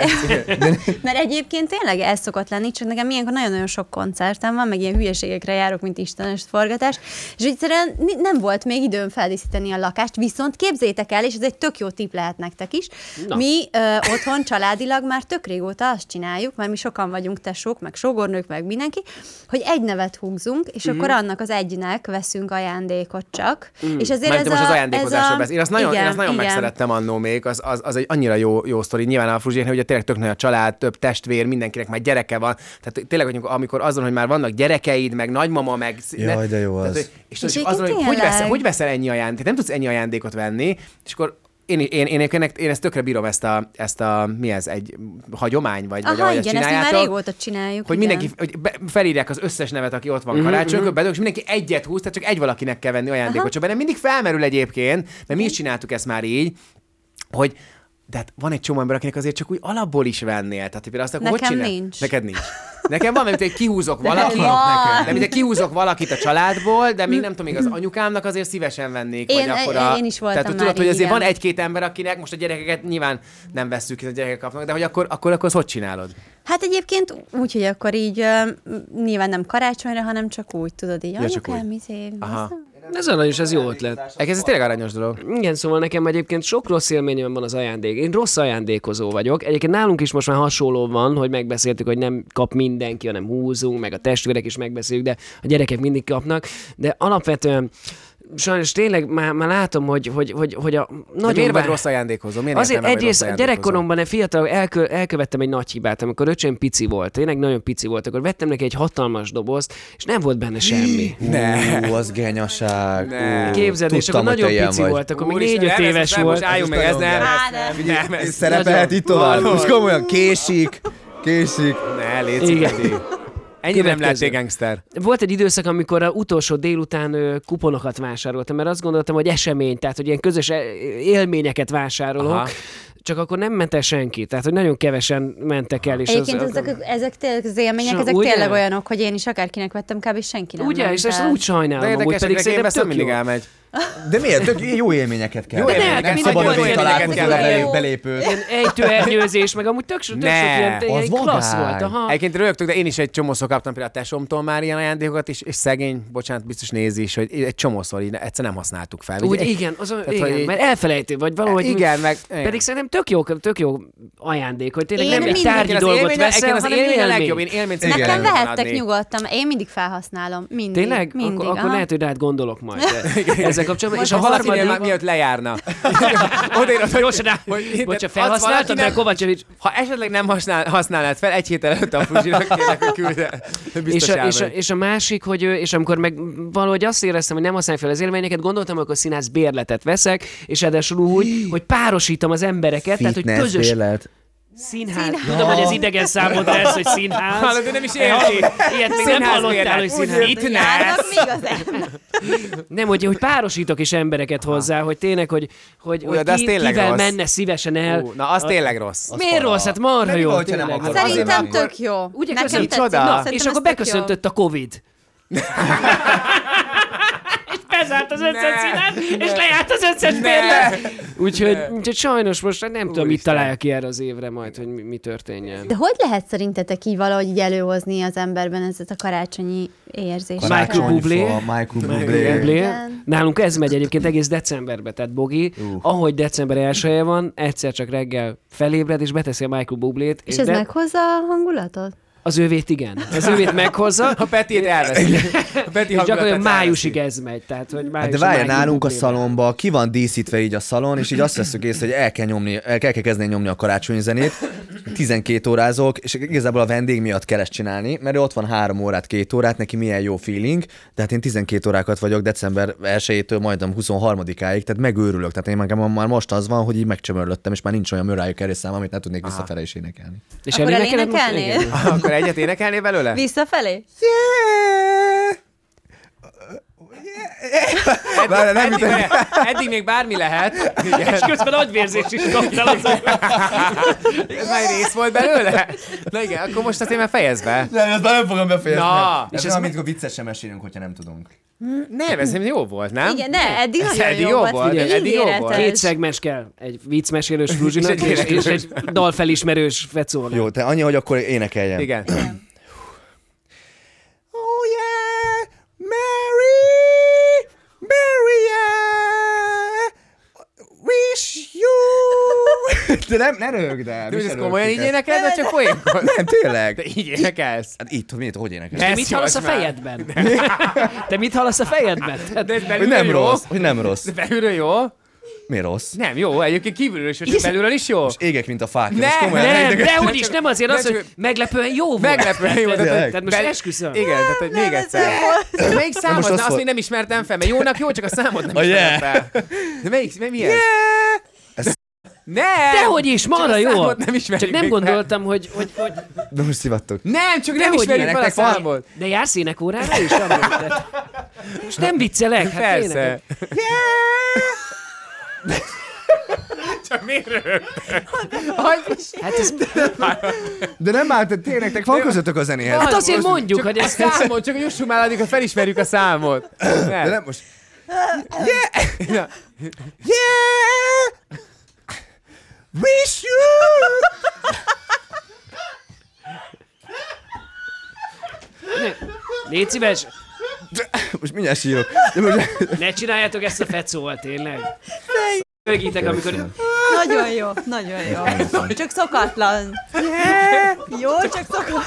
mert egyébként tényleg ez szokott lenni, csak nekem ilyenkor nagyon-nagyon sok koncertem van, meg ilyen hülyeségekre járok, mint istenes forgatás, és egyszerűen ni- nem volt még időm feldíszíteni a lakást, viszont képzétek el, és ez egy tök jó tipp lehet nektek is, Na. Na. mi ö, otthon családilag már tök régóta azt csináljuk, mert mi sokan vagyunk tesók, meg sógornők, meg mindenki, hogy egy nevet húzunk, és Mhm. akkor annak az egynek veszünk ajándékot csak, és ezért Mhm. Mert ez most a, az ajándékozásról ez a... beszél. Én azt nagyon, én azt nagyon megszerettem annó még, az, az, az egy annyira jó, jó sztori. Nyilván a Fruzsiéknél ugye tényleg tök nagy a család, több testvér, mindenkinek már gyereke van. Tehát tényleg, hogy amikor azon, hogy már vannak gyerekeid, meg nagymama, meg... sz- Jaj, de jó tehát, az. hogy- És, és egyébként azon, hogy hogy tényleg. veszel, hogy veszel ennyi ajándékot, nem tudsz ennyi ajándékot venni, és akkor én, én, én, én, én, én ezt tökre bírom, ezt a, ezt a mi ez, egy hagyomány, vagy, vagy Aha, ahogy ezt igen, ezt mi már csináljátok. régóta csináljuk. Hogy igen. mindenki, hogy be, felírják az összes nevet, aki ott van karácsonykor, bedobjuk, és mindenki egyet húz, tehát csak egy valakinek kell venni ajándékot. Csak bennem mindig felmerül egyébként, mert mi is csináltuk ezt már így, hogy de hát van egy csomó ember, akinek azért csak úgy alapból is vennél. Tehát például azt akkor Nekem hogy csinál? nincs. Neked nincs. Nekem van, mert egy kihúzok valakit, van. Mhm. de mint egy kihúzok valakit a családból, de még nem tudom, még az anyukámnak azért szívesen vennék. Én- vagy akkor a... én is voltam Tehát hogy már tudod, hogy így, azért igen. van egy-két ember, akinek most a gyerekeket nyilván nem veszük, hiszen a gyerekek kapnak, de hogy akkor, akkor, akkor azt hogy csinálod? Hát egyébként úgy, hogy akkor így ö, m- nyilván nem karácsonyra, hanem csak úgy, tudod, így Ja, csak anyukám, izé, Aha. Ez aranyos, ez jó ötlet. Ez tényleg aranyos dolog. Igen, szóval nekem egyébként sok rossz élményem van az ajándék. Én rossz ajándékozó vagyok. Egyébként nálunk is most már hasonló van, hogy megbeszéltük, hogy nem kap mindenki, hanem húzunk, meg a testvérek is megbeszéljük, de a gyerekek mindig kapnak. De alapvetően sajnos tényleg már, már látom, hogy, hogy, hogy, hogy a De nagyon miért vagy vá- rossz ajándékozó? Miért Azért értelme, vagy egyrészt rossz a ajándékozó? gyerekkoromban egy fiatal elkö, elkövettem egy nagy hibát, amikor öcsém pici volt, tényleg nagyon pici volt, akkor vettem neki egy hatalmas dobozt, és nem volt benne semmi. Ne. Ú, az genyaság. Ne. Ú, Képzeld, és tudtam, akkor hogy te nagyon ilyen pici vagy. volt, akkor még Úristen, 4-5 nem, ez éves most nem, volt. Most álljunk meg, ez nem. Á, nem. Figyelj, ez- És szerepelhet itt tovább. Most komolyan késik, késik. Ne, létszik. Igen. Peti. Ennyire nem Következő. lettél gangster. Volt egy időszak, amikor a utolsó délután ö, kuponokat vásároltam, mert azt gondoltam, hogy esemény, tehát hogy ilyen közös e- élményeket vásárolok, Aha. csak akkor nem ment el senki, tehát hogy nagyon kevesen mentek el. És Egyébként az, ezek, ezek tényleg az élmények, Sa- ezek ugye? tényleg olyanok, hogy én is akárkinek vettem, kb. senki nem Ugye, ment és ezt el. úgy sajnálom, De amúgy érdekes, pedig hogy én szerintem veszem tök mindig jó. elmegy. De miért? Tök jó élményeket kell. Jó venni. élményeket, nem mindig szabad jó hogy élményeket találkozni kell a venni. belép- belépőt. Ilyen ejtőernyőzés, meg amúgy tök, tök sok Ne, ilyen, az ilyen klassz vagány. volt. Aha. Egyébként rögtök, de én is egy csomószor kaptam például a tesómtól már ilyen ajándékokat, és, és szegény, bocsánat, biztos nézi is, hogy egy csomószor így egyszer nem használtuk fel. Úgy Ugye, igen, az, tehát, igen hogy így- mert elfelejtő vagy valahogy. Igen, meg- igen. Pedig szerintem tök jó, tök jó ajándék, hogy tényleg Én nem egy mindig- tárgyi Én az dolgot élmény- veszel, nekem az hanem élmény a élmény. legjobb, én élményt Igen. Nekem Nagyon vehettek nyugodtan, én mindig felhasználom. Mindig. Tényleg? Mindig. akkor, akkor aha. lehet, hogy rád gondolok majd de ezzel kapcsolatban. És És a a halacínél már harmadik... mielőtt lejárna. Odaírod, hogy... Gyorsan rá, hogy- bocsánat, tehát az felhasználtad, de valakinek- Kovácsevics Ha esetleg nem használ, használnád fel, egy hét előtt a Fuzsinak kérlek, hogy küld el. És Biztos a, és, a, elmegy. és a másik, hogy ő- és amikor meg valahogy azt éreztem, hogy nem használj fel az élményeket, gondoltam, hogy akkor színász bérletet veszek, és ráadásul úgy, hogy párosítom az embereket, tehát hogy Fitness közös bérlet. színház. Tudom, hogy ez idegen számodra ez, hogy színház. Hallod, de nem is érti. Ilyet még nem Színház hallottál, bérlet. hogy Úgy színház. érti. Járnak még az ember. Nem, hogy, hogy párosítok is embereket hozzá, hogy tényleg, hogy, hogy, Ú, de hogy az ki, tényleg kivel rossz. menne szívesen el. Ú, Na, az tényleg rossz. Az Miért para. rossz? Hát marha Nem jó. jó, hogyha nem tényleg. akarod. Azért Szerintem nem. tök jó. Ugye, Nekem köszönöm. tetszik. Csoda. Szerintem és ez akkor tök jó. beköszöntött a Covid. és bezárt az Ne. összes színát, és lejárt az összes bérlet. Úgyhogy, úgyhogy sajnos most hát nem tudom, mit Úristen. találja ki erre az évre majd, hogy mi, mi történjen. De hogy lehet szerintetek így valahogy így előhozni az emberben ezt a karácsonyi érzést? Michael Karácsony, Bublé. fa, Michael Bublé. Bublé. Igen. Nálunk ez megy egyébként egész decemberbe, tehát Bogi, ahogy december 1 van, egyszer csak reggel felébred, és beteszi a Michael Bublét. És ez de- meghozza a hangulatot? Az ővét igen. Az ővét meghozza. A Petit elveszi. A Peti és gyakorlatilag hangulatát májusig ez megy. Tehát, hogy május, Hát de várj, május nálunk a Bublével. szalomba ki van díszítve így a szalon, és így azt veszük észre, hogy el kell, nyomni, el kell, kell kezdeni nyomni a karácsonyi zenét, 12 órázok, és igazából a vendég miatt kell ezt csinálni, mert ő ott van 3 órát, 2 órát, neki milyen jó feeling, de hát én 12 órákat vagyok december 1-től majdnem 23-áig, tehát megőrülök, tehát én nekem már most az van, hogy így megcsömörlöttem, és már nincs olyan műrájú kerékszám, amit ne tudnék visszafele is énekelni. És Akkor elénekeled most? elénekelnél? Igen. elveszi. Akkor egyet énekelné belőle? Visszafelé? Eddig, eddig, eddig, eddig még bármi lehet. Igen. És közben agyvérzés is kaptál azon. Ez már rész volt belőle? Na igen, akkor most azért már fejezd be. Nem, ezt nem fogom befejezni. Na, és ez olyan, mint a viccet sem mesélünk, hogyha nem tudunk. Nem, ez nem jó volt, nem? Igen, ne, eddig Ez nagyon eddig jó jó volt. volt, figyelj, eddig jó volt. ígéretes. Két szegmens kell. Egy viccmesélős És fruzsinak és, egy énekes. és, egy dalfelismerős fecónak. Jó, te annyi, hogy akkor énekeljem. Igen. Oh yeah, Mary, Mary, yeah, wish you. De nem, ne rögd el. De hogy mi ez se rögtük komolyan el. így énekeled, vagy csak poénkodsz? Nem, tényleg. Te így énekelsz. Hát így, hogy miért, hogy Ne. énekel? Ez Te mit hallasz a volt már. fejedben? Te mit hallasz a fejedben? Tehát De ez Hogy belülről nem jó? rossz, hogy nem rossz. De belülről jó? Mi rossz? Nem jó, egyébként kívülről is, jó, csak belülről is jó. És égek, mint a fák. Ne, most komolyan ne, Nem, ideges- de úgyis nem azért az, de csak- hogy meglepően jó volt. Meglepően jó. Tényleg. Tehát, Hát Tehát most esküszöm. Igen, tehát hogy még egyszer. De Melyik számod? most az Na, azt volt. még nem ismertem fel, mert jónak jó, csak a számot nem A ismertem yeah. fel. De melyik, mi mi ez? Ez- Nem! Dehogy is, marha a jó. számot nem ismerjük Csak nem még gondoltam, hogy, hogy, hogy De most szivattok. Nem, csak nem Dehogy ismerjük nem. fel a Nektek van? számot. De jársz énekórára is? Amúgy? Tehát Most nem viccelek, hát Persze. tényleg. Csak miért röhög? Hogy is? Hát, ez, De nem állt, de tényleg, nektek van közöttök a zenéhez. hát azért most mondjuk, csak hogy a ez, ez számot, csak jussunk már addig, hogy felismerjük a számot. De Nem. nem most. Na, Yeah! Wish you! légy szíves, Most mindjárt sírok. De most... ne csináljátok ezt a fecóval, tényleg. Mögítek, amikor... Nagyon jó, nagyon jó. Csak szokatlan. Jó, csak szokatlan.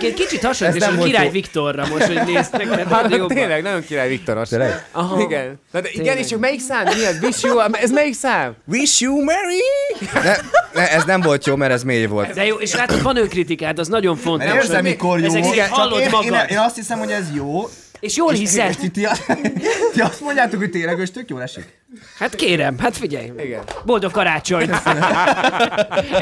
Egy kicsit hasonlít, Ez és nem a volt Király jó. Viktorra most, hogy néztek, mert hát, Hallod, jobban. tényleg, nagyon király Viktoros. Tényleg? Aha. Igen. Na, de igen, és Tényleg. csak melyik szám? Mi az? Wish you, ez melyik szám? Wish you merry! Ne, ne, ez nem volt jó, mert ez mély volt. De jó, és látod, van önkritikád, az nagyon fontos. Érzem, mikor jó. Ezek szerint hallod én, én, magad. én, azt hiszem, hogy ez jó. És jól És hiszed. ti, ti, ti azt mondjátok, hogy tényleg, és tök jól esik. Hát kérem, hát figyelj. Igen. Boldog karácsonyt.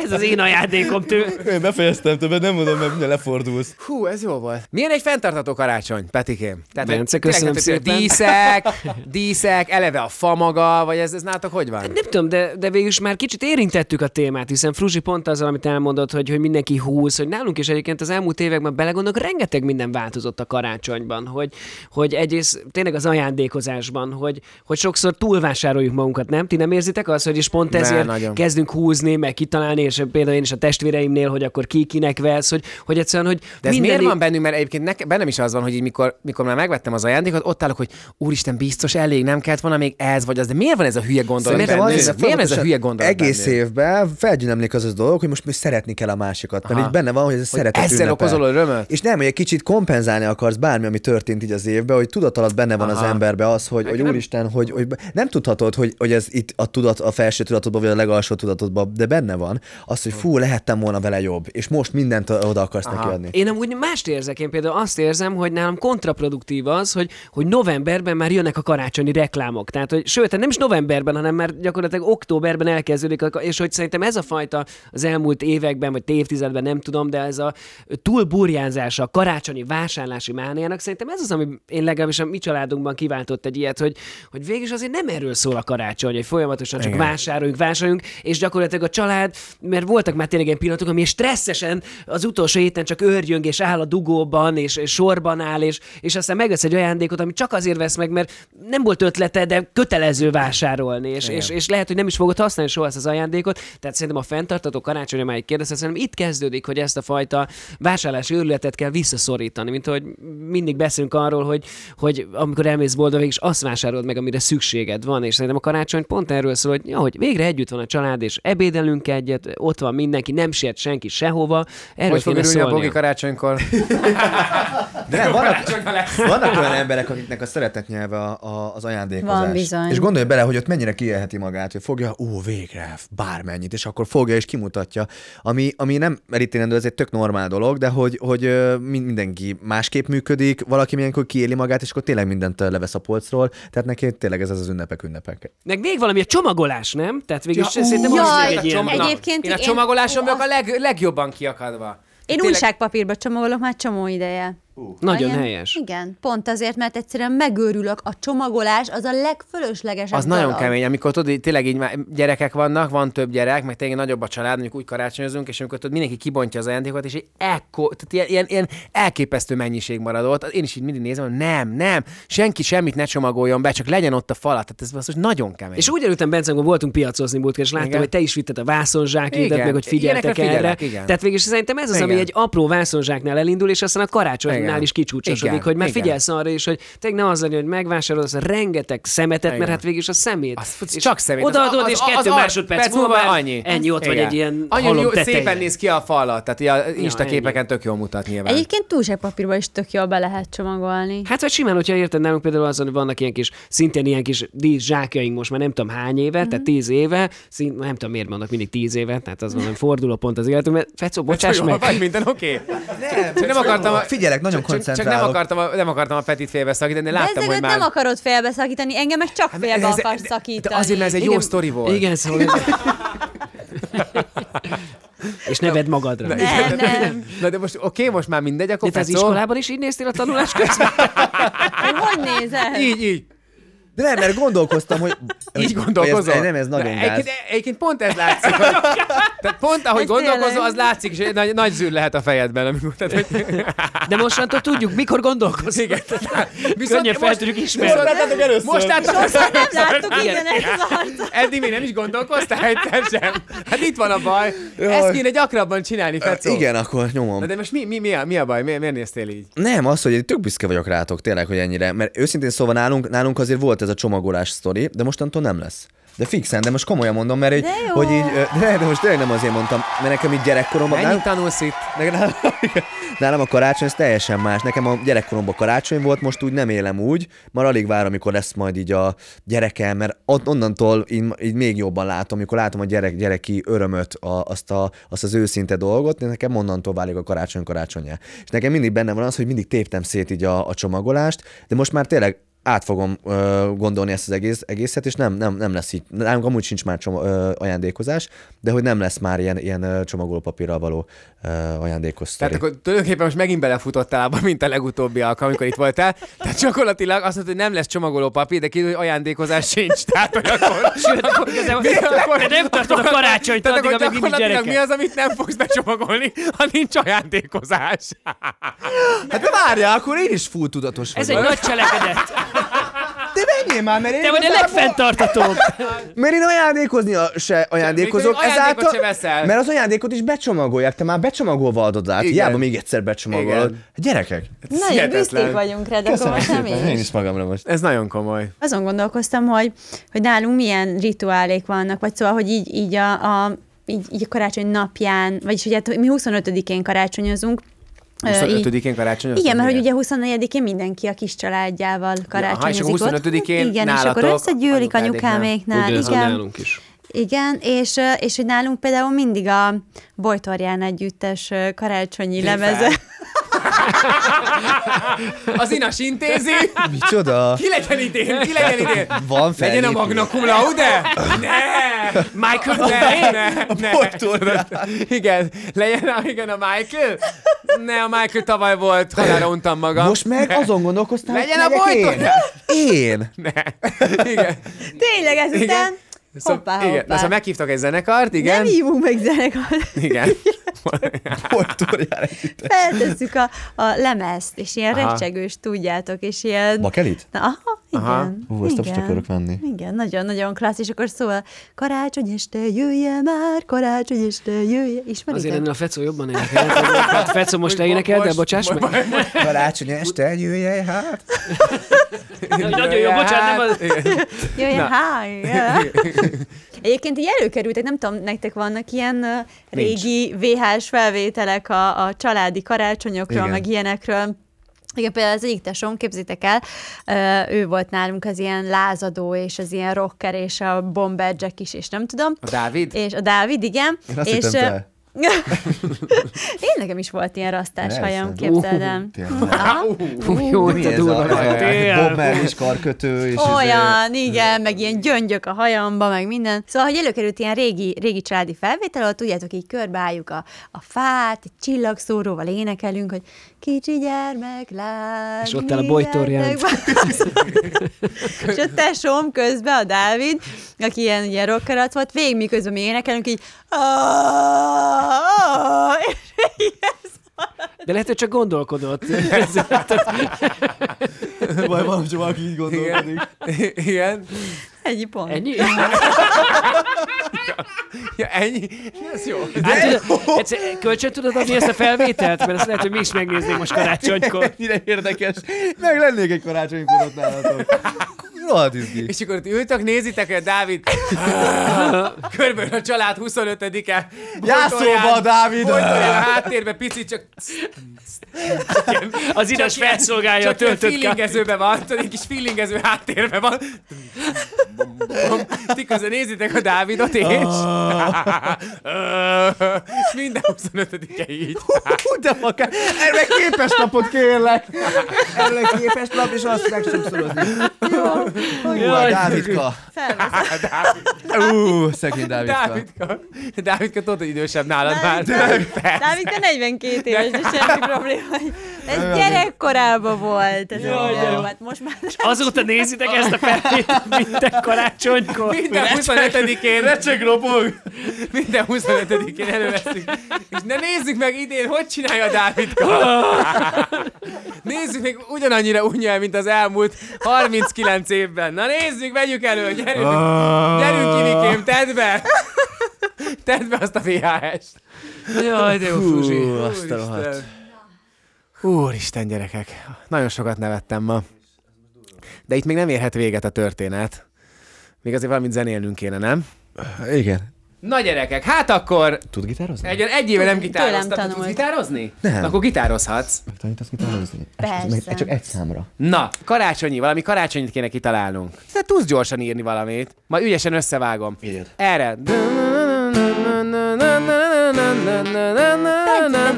Ez az én ajándékom tő. Én befejeztem többet, nem mondom, mert mindjárt lefordulsz. Hú, ez jó volt. Milyen egy fenntartható karácsony, Petikém? Tehát, Bence, hogy tényleg, köszönöm tehát, hogy szépen. Díszek, díszek, eleve a fa maga, vagy ez, ez nálatok hogy van? Hát Nem tudom, de, de végül is már kicsit érintettük a témát, hiszen Fruzsi pont azzal, amit elmondott, hogy, hogy mindenki húz, hogy nálunk is egyébként az elmúlt években belegondolok, rengeteg minden változott a karácsonyban, hogy, hogy egyrészt tényleg az ajándékozásban, hogy, hogy sokszor túl vásároljuk magunkat, nem? Ti nem érzitek azt, hogy is pont ezért nagyon. kezdünk húzni, meg kitalálni, és például én is a testvéreimnél, hogy akkor ki kinek vesz, hogy, hogy egyszerűen, hogy De ez minden miért van bennünk, mert egyébként neke, bennem is az van, hogy így mikor, mikor már megvettem az ajándékot, ott állok, hogy úristen, biztos elég, nem kellett volna még ez vagy az, de miért van ez a hülye gondolat Szerintem bennünk? azért Miért van ez a folyamatosan hülye gondolat Egész bennünk? évben felgyülemlik az az dolog, hogy most mi szeretni kell a másikat, mert Aha. így benne van, hogy ez a szeretet ezzel ünnepe. okozol örömöt? És nem, hogy egy kicsit kompenzálni akarsz bármi, ami történt így az évben, hogy tudat alatt benne van az Aha. emberbe az, hogy, hogy nem- úristen, hogy, hogy be- nem tudhatod, hogy, hogy ez itt a tudat, a felső tudatodban, vagy a legalsó tudatodban, de benne van az, Hm. hogy fú, lehettem volna vele jobb, és most mindent oda akarsz neki adni. Én amúgy mást érzek, én például azt érzem, hogy nálam kontraproduktív az, hogy, hogy novemberben már jönnek a karácsonyi reklámok. Tehát, hogy, sőt, hát nem is novemberben, hanem már gyakorlatilag októberben elkezdődik, a, és hogy szerintem ez a fajta az elmúlt években, vagy évtizedben nem tudom, de ez a túlburjánzása, a karácsonyi vásárlási mániának, szerintem ez az, ami én legalábbis a mi családunkban kiváltott egy ilyet, hogy, hogy végül is azért nem erről szól a karácsony, hogy folyamatosan csak vásároljunk, vásároljunk, és gyakorlatilag a család, mert voltak már tényleg ilyen pillanatok, ami stresszesen az utolsó héten csak örjöng, és áll a dugóban, és, és sorban áll, és, és aztán megvesz egy ajándékot, ami csak azért vesz meg, mert nem volt ötlete, de kötelező vásárolni, és, és, és lehet, hogy nem is fogod használni soha ezt az ajándékot. Tehát szerintem a fenntartató karácsony, amelyik kérdezte, szerintem itt kezdődik, hogy ezt a fajta vásárlási őrületet kell visszaszorítani, mint hogy mindig beszélünk arról, hogy, hogy amikor elmész boldog, és azt vásárolod meg, amire szükséged van, és szerintem a karácsony pont erről szól, hogy, ja, hogy végre együtt van a család, és ebédelünk egyet, ott van mindenki, nem siet senki sehova. Erről Hogy fog kéne örülni a szólnia. bogi karácsonykor? De nem, vannak, vannak olyan emberek, akiknek a szeretet nyelve a, a, az ajándékozás. Van bizony. És gondolj bele, hogy ott mennyire kielheti magát, hogy fogja, ú, végre, bármennyit, és akkor fogja és kimutatja, ami, ami nem elítélendő, ez egy tök normál dolog, de hogy, hogy ö, mi- mindenki másképp működik, valaki milyenkor kiéli magát, és akkor tényleg mindent ö, levesz a polcról, tehát neki tényleg ez az az ünnepek ünnepek. Meg még valami a csomagolás, nem? Tehát végül ja, Ja, ú, szerintem jaj, az még egy ilyen... csomag- Na, Egyébként én a én- csomagoláson ú, vagyok a azt- leg, legjobban kiakadva. Én újságpapírba csomagolok már csomó ideje. Nagyon Ilyen- helyes. Igen, pont azért, mert egyszerűen megőrülök. A csomagolás az a legfölöslegesebb Az nagyon dolog. kemény, amikor tudod, így tényleg így már gyerekek vannak, van több gyerek, meg tényleg nagyobb a család, mondjuk úgy karácsonyozunk, és amikor tudod, mindenki kibontja az ajándékot, és egy ekkor, tehát ilyen, ilyen, ilyen elképesztő mennyiség marad ott. Én is így mindig nézem, hogy nem, nem, senki semmit ne csomagoljon be, csak legyen ott a falat. Tehát ez basszus nagyon kemény. És úgy előttem, Bence, amikor voltunk piacozni múltkor, és láttam, Igen. hogy te is vitted a vászonzsákidat, Igen. meg hogy figyeltek Ilyenekre erre. figyelek, igen. Tehát végül is szerintem ez az, ami Igen. egy apró vászonzsáknál elindul, és aztán a karácsonynál Igen. is kicsúcsosodik, Igen. hogy már Igen. figyelsz arra is, hogy tényleg ne az legyen, hogy megvásárolsz rengeteg szemetet, mert Igen. hát végül is a szemét. Az- az És csak szemét. Az- Odaadod, az- és az- kettő az- másodperc perc múlva múlva már annyi. Annyi ott vagy Igen. egy ilyen Nagyon halom jó, teteje. szépen néz ki a falat, tehát így a Insta ennyi. képeken tök jól mutat nyilván. Egyébként túlságpapírba is tök jól be lehet csomagolni. Hát vagy simán, hogyha érted nálunk például azon, hogy vannak ilyen kis, szintén ilyen kis díszzsákjaink most már nem tudom hány éve, mm-hmm. tehát tíz éve, szint, nem tudom miért mondok mindig tíz éve, tehát az mondom, forduló pont az életünk, mert Fecó, bocsáss Jó, meg. Vagy minden oké. Nem, csak nem akartam a... Figyelek, nagyon csak, csak, csak nem, koncentrálok. akartam a, nem akartam a Petit félbeszakítani, de láttam, Bezzeg, hogy őt már... Hát, nem akarod félbeszakítani, engem meg csak félbe Ez- akarsz de- szakítani. De azért, mert ez egy jó Igen, sztori volt. Igen, szóval. És ne vedd magadra. Ne. De Nem, nem. Na de most oké, most már mindegy, akkor te az Fecó- iskolában is így néztél a tanulás közben? Én Hogy nézel? Így, így. De nem, mert gondolkoztam, hogy... Így gondolkozol? Ez, nem, ez nagyon Na, gáz. Egyébként, egyébként pont ez látszik. Hogy, tehát pont ahogy Ez gondolkozol, tényleg. az látszik, és egy nagy, nagy zűr lehet a fejedben. Amikor, tehát, hogy, De mostantól tudjuk, mikor gondolkozol. Igen. Könnyen fel tudjuk ismerni. láttátok először. Most láttátok Sokszor nem láttuk, Igen. igen, ez az arca. Eddig még nem is gondolkoztál egyszer sem. Hát itt van a baj. Ezt kéne gyakrabban csinálni, Fecó. Igen, akkor nyomom. Na de most mi, mi, mi, a, mi a baj? Mi, miért néztél így? Nem, az, hogy én tök büszke vagyok rátok, tényleg, hogy ennyire. Mert őszintén szóval nálunk, nálunk azért volt ez a csomagolás sztori, de mostantól nem lesz. De fixen, de most komolyan mondom, mert így, De jó. hogy így, ö, de, de most tényleg nem azért mondtam, mert nekem így gyerekkoromban, Mennyit nálunk, tanulsz itt? nekem, nálam, nálam a karácsony, ez teljesen más. Nekem a gyerekkoromban karácsony volt, most úgy nem élem úgy, már alig várom, amikor lesz majd így a gyerekem, mert ott, onnantól így, így még jobban látom, amikor látom a gyerek, gyereki örömöt, a, azt, a, azt az őszinte dolgot, nekem onnantól válik a karácsony karácsonyá. És nekem mindig benne van az, hogy mindig téptem szét így a, a csomagolást, de most már tényleg át fogom ö, gondolni ezt az egész, egészet, és nem, nem, nem lesz így. Nálunk amúgy sincs már csoma, ö, ajándékozás, de hogy nem lesz már ilyen, ilyen ö, csomagolópapírral való ö, ajándékos sztori. Tehát akkor tulajdonképpen most megint belefutottál abba, mint a legutóbbi alkalom, amikor itt voltál. Tehát gyakorlatilag azt mondta, hogy nem lesz csomagoló papír, de kiderül, hogy ajándékozás sincs. Tehát, hogy akkor... Sőt, akkor igazából- te nem tartod a karácsonyt tehát addig, akkor amíg mindig gyakorlatilag gyerekek. mi az, amit nem fogsz becsomagolni, ha nincs ajándékozás? Hát de várjál, akkor én is full tudatos Ez egy nagy cselekedet. de menjél már, mert én Te vagy a igazából- legfenntartatóbb. Mert én ajándékozni a- se ajándékozok, Még ajándékot ezáltal, se veszel. mert az ajándékot is becsomagolják, te már becsomagolva adod át, Igen. hiába még egyszer becsomagolod. Hát Igen. Hát Gyerekek, Nagyon hihetetlen. büszkék vagyunk rá, de akkor most nem szépen, én is. is magamra most. Ez nagyon komoly. Azon gondolkoztam, hogy, hogy nálunk milyen rituálék vannak, vagy szóval, hogy így, így a, a így, így a karácsony napján, vagyis ugye hát mi 25-én karácsonyozunk. ö, így- 25-én karácsony? Igen, mert hogy ugye 24-én mindenki a kis családjával karácsonyozik és akkor ott. 25-én Igen, és akkor nálatok, összegyűlik anyukádéknál. anyukáméknál. Igen. Szóval is. Igen, és, ö, és hogy nálunk például mindig a Bojtorján együttes ö, karácsonyi lemeze. Az inas intézi, Micsoda? Hát- ki legyen idén, ki legyen idén. Van Legyen a fellépő. magna cum laude? Ne! Michael Ne, Bay? ne, ne. Igen, legyen a, igen, a Michael? Ne, a Michael tavaly volt, halára untam magam. Most meg azon gondolkoztam, hogy Legyen a legyek én. bojtorján. Én? Igen. Tényleg ezután? Szóval- Hoppá, igen. Na, hoppá. szóval meghívtak egy zenekart, igen. Nem hívunk meg zenekart. igen. Bojtorján együtt. Feltesszük a, a lemezt, és ilyen Aha. recsegős, tudjátok, és ilyen... Bakelit? Na, aha, igen. Aha. Hú, ezt most igen. akarok venni. Igen, nagyon-nagyon klassz, és akkor szól, karácsony este jöjje már, karácsony este jöjje. Ismeritek? Azért ennél a Fecó jobban énekel. Hát Fecó most leénekel, de Most- bocsáss most- meg. Karácsony este jöjjél, hát. Nagyon jó, bocsánat, nem az... Jöjjön, Na. háj! Egyébként így előkerültek, nem tudom, nektek vannak ilyen ö, régi VHS felvételek a, a családi karácsonyokról, Igen. meg ilyenekről. Igen, például az egyik tesóm, képzétek el, ö, ő volt nálunk az ilyen lázadó, és az ilyen rocker, és a bomber jack is, és nem tudom. A Dávid? És a Dávid, igen. Én azt és, hittem, ö, te. Én nekem is volt ilyen rasztás Ne hajam, hiszem. képzeld el. Aha. Hú, jó, Mi te ez durva a vagy. Bob Tényleg. Marley is karkötő? És Olyan, igen, meg ilyen gyöngyök a hajamba, meg minden. Szóval, hogy előkerült ilyen régi, régi családi felvétel, ahol tudjátok, így körbeálljuk a, a fát, egy csillagszóróval énekelünk, hogy kicsi gyermek, lát. És ott áll a bojtorján. És a tesóm közben, a Dávid, aki ilyen, ilyen rockerac volt, végig miközben mi énekelünk, így és ilyen De lehet, hogy csak gondolkodott. Ez... Vagy valami csak valaki így gondolkodik. Igen. Ennyi pont. Ennyi? Ja, ennyi. Ez jó. Hát, tudod, egyszer kölcsön tudod adni ezt a felvételt? Mert ezt lehet, hogy mi is megnéznénk most karácsonykor. Ennyire érdekes. Meg lennék egy karácsonykor ott nálatok. Rohadt izgi. És akkor ott ültök, nézitek, hogy a Dávid körülbelül a család 25-e. Jászolva a Dávid! Bojtorján a háttérbe picit csak, Az idas felszolgálja a csak ilyen töltött ká- feelingezőbe van, tudod, egy kis feelingező háttérbe van. Ti közben nézitek a Dávidot, és... Ah. És minden 25-e így. Hú, de maga, erre képes napot kérlek! Erre képes nap, és azt meg sokszorozni. Jó. Hú, a Jaj. Dávidka. Felveszem. Ú, szegény Dávidka. Dávidka. Dávidka tudod, hogy idősebb nálad már. Dávid, te 42 éves, de semmi probléma. Ez gyerekkorában volt. Ez Jaj, Jaj, de jó. jó. Hát most már Azóta nézitek ezt a felvételt minden karácsonykor. Minden 25-én, Recseg ropog! minden 25-én előveszünk. És ne nézzük meg idén, hogy csinálja a Dávidka. Nézzük még ugyanannyira unja, mint az elmúlt 39 évben. Na nézzük, vegyük elő, gyerünk, gyerünk Ivikém, tedd be! Tedd be azt a VHS-t. Jaj, de jó, Fuzsi. azt a rohadt. Úristen, gyerekek. Nagyon sokat nevettem ma. De itt még nem érhet véget a történet. Még azért valamit zenélnünk kéne, nem? Igen. Na gyerekek, hát akkor Tud gitározni? egy, egy éve nem Tőlem gitároztam. tanult. Tudsz gitározni? Nem. Akkor gitározhatsz. Tanítasz gitározni? Persze. Meg- Csak egy számra. Na, karácsonyi, valami karácsonyit kéne kitalálnunk. Te tudsz gyorsan írni valamit. Majd ügyesen összevágom. Írjad. Erre.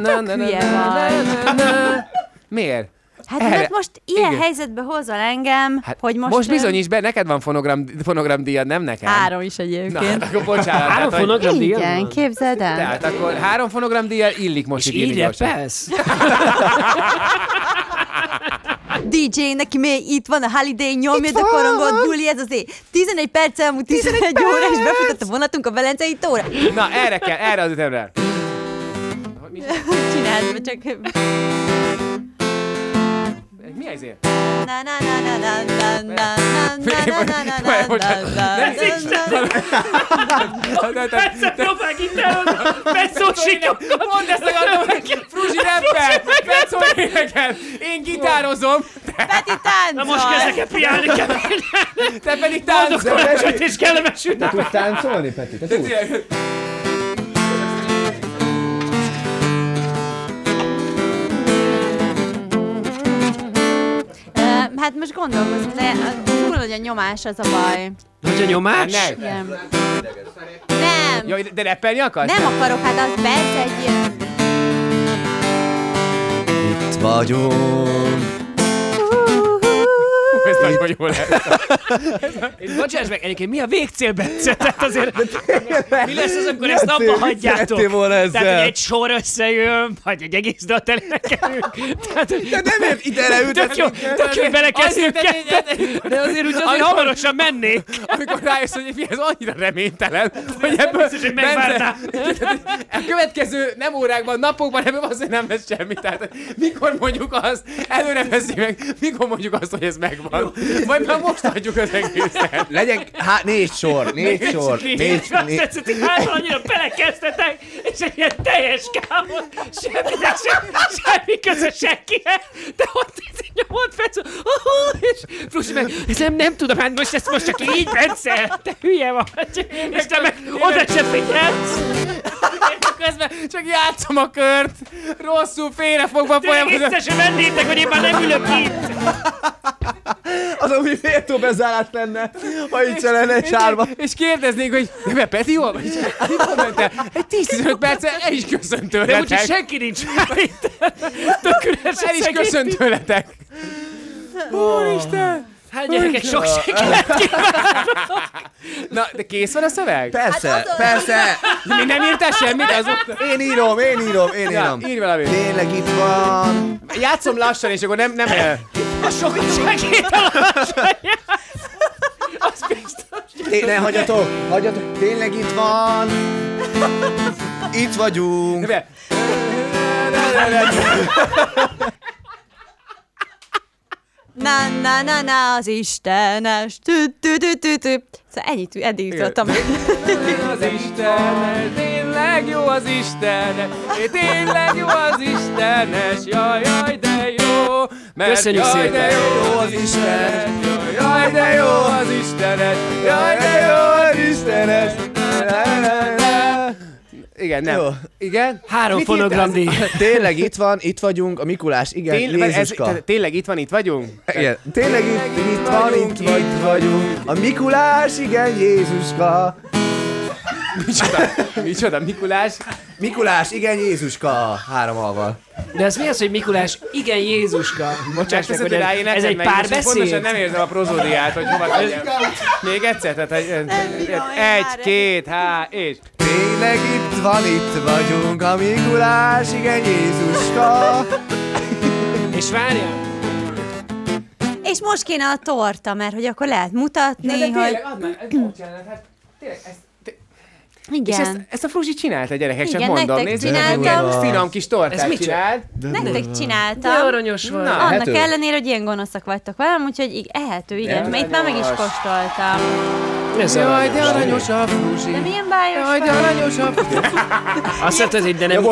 tök hülye Miért? Hát Erre- mert most ilyen igen. helyzetbe hozol engem, Hát hogy most... most ö, bizonyíts be, neked van fonogram, fonogramdíjad, nem nekem? Három is Na, hát egyébként. akkor bocsánat. Három tehát, Hát, hogy- fonogram Igen, díjam? képzeld el. Tehát akkor három fonogramdíjjal illik most És itt írni így gyorsan. repelsz? DJ neki még itt van a Holiday, nyomjad a korongot, Gyuli, ez az én. 11 perc elmúlt 11 óra, és befutott a vonatunk a Velencei tóra. Na, erre kell, erre az ütemre. Csináld, csak... Mi izé? ez ilyen? Na, na, na, na, na, na, na, na, na, na, na, na, na, na, na, na. Persze próbálj gitározni, Petszó sikam. Mondd ezt akartam, hogy Fruzsi reppel, Petszó énekel, én gitározom, Peti Na most táncol! kezdek el piálni, kell te pedig boldog táncol. karácsonyt és kellemes ünnepet. Tudsz táncolni, Peti? Te tudsz? Ö, Hát most gondolkozom, de a- túl nagy a nyomás, az a baj. Hogy a nyomás? Nem. Igen. Nem! Hát Jaj, de reppelni akarsz? Nem akarok, hát az persze egy ilyen... Itt vagyunk. Ez nagyon jó lehet. És Bocsáss meg, egyébként mi a végcél, Bence? Tehát azért mi lesz az, amikor ezt abba cél- mit hagyjátok? szerettél volna Tehát, ezzel? hogy egy sor összejön, vagy egy egész dalt elénekelünk. Tehát, De nem ért ide Hát tök jó, tök jó, hogy belekezdünk ketten, de azért úgy azért hamarosan mennék. Amikor rájössz, hogy mi ez annyira reménytelen, hogy ebből Biztos, hogy Bence- megvártál. A következő nem órákban, napokban ebből azért nem lesz semmi. Tehát mikor mondjuk azt, előre veszi meg, mikor mondjuk azt, hogy ez megvan. Vagy már most adjuk az egészet. Legyen há, négy sor, négy sor, Négy, négy, azt négy. tetszett, hogy háttal annyira belekezdtetek, és egy ilyen teljes kámon, semmi, de semmi, semmi köze senkihez, de ott ez egy nyomott fecó, oh, és Frusi meg, ez nem, nem tudom, hát most ezt most csak így Bence, te hülye vagy, és te meg oda se figyelsz, Közben csak játszom a kört, rosszul félrefogva folyamatosan. egészen sem vennétek, hogy én már nem ülök itt. Az, ami méltó bezárás lenne, ha így se lenne egy sárba. És kérdeznénk, hogy de be Peti jól vagy? Mikor mentél? Egy 10-15 perccel el is köszön De úgyis tőletek. senki nincs már itt. Tök üres El is szegény. köszön tőletek. Hát gyerekek, sok sikert Na, de kész van a szöveg? Hát Persze, azon- persze. Mi nem írtál semmit? Azok... Én írom, én írom, én Ja, írom. írj valamit. Tényleg itt van. Játszom lassan, és akkor nem, nem el. sokat segít a Té- Ne hagyjatok, hagyjatok. Tényleg itt van. Itt vagyunk. Be. Na, na, na, na, az Istenes! Tü, tü, tü, tü, tü. Szóval ennyit, eddig jutottam. Az Istenes, tényleg jó az Istenes, tényleg jó az Istenes, jaj, jaj, de jó. Mert Köszönjük jaj, szépen. de jó az Istenes, jaj, de jó az Istenes, jaj, de jó az Istenes. Igen, nem. Jó. Igen? Három Mit írtál? fonogramdíj. Tényleg itt van, itt vagyunk. A Mikulás, igen, Tényleg, ez, Jézuska. tehát tényleg itt van, itt vagyunk? Igen. Tényleg itt, itt van, vagyunk, itt vagy, itt itt vagyunk. A Mikulás, igen, Jézuska. Micsoda, micsoda, Mikulás? Mikulás, igen, Jézuska. Három alval. De ez mi az, hogy Mikulás? Igen, Jézuska. Bocsáss meg, Teszed, hogy hogy rá én ez egyszer egy meg, és pár Pontosan beszéd? nem érzem a prozódiát, hogy hova tegyem. Még egyszer, tehát egy, bírom én már. egy, két, há, és... Tényleg itt van, itt vagyunk, a Mikulás, igen, Jézuska. És várjál, És most kéne a torta, mert hogy akkor lehet mutatni, hogy... add már, ez- bocsánat, hát tényleg, ez... te- És ezt, Igen. ezt a Fruzsi csinálta gyerekek, csak Igen, mondom, nektek nézzétek, csináltam. ilyen finom kis Ez tortát mit csinált. Nektek de csináltam. aranyos vagy. Na. Annak Ehető? ellenére, hogy ilyen gonoszak vagytok velem, úgyhogy ig- ehető, igen. Mert itt már meg is kóstoltam. Ez Jaj, aranyos. de aranyos a Fruzsi. De milyen bájos Jaj, de vagy? aranyos a Fruzsi. Azt mondtad, hogy de nem...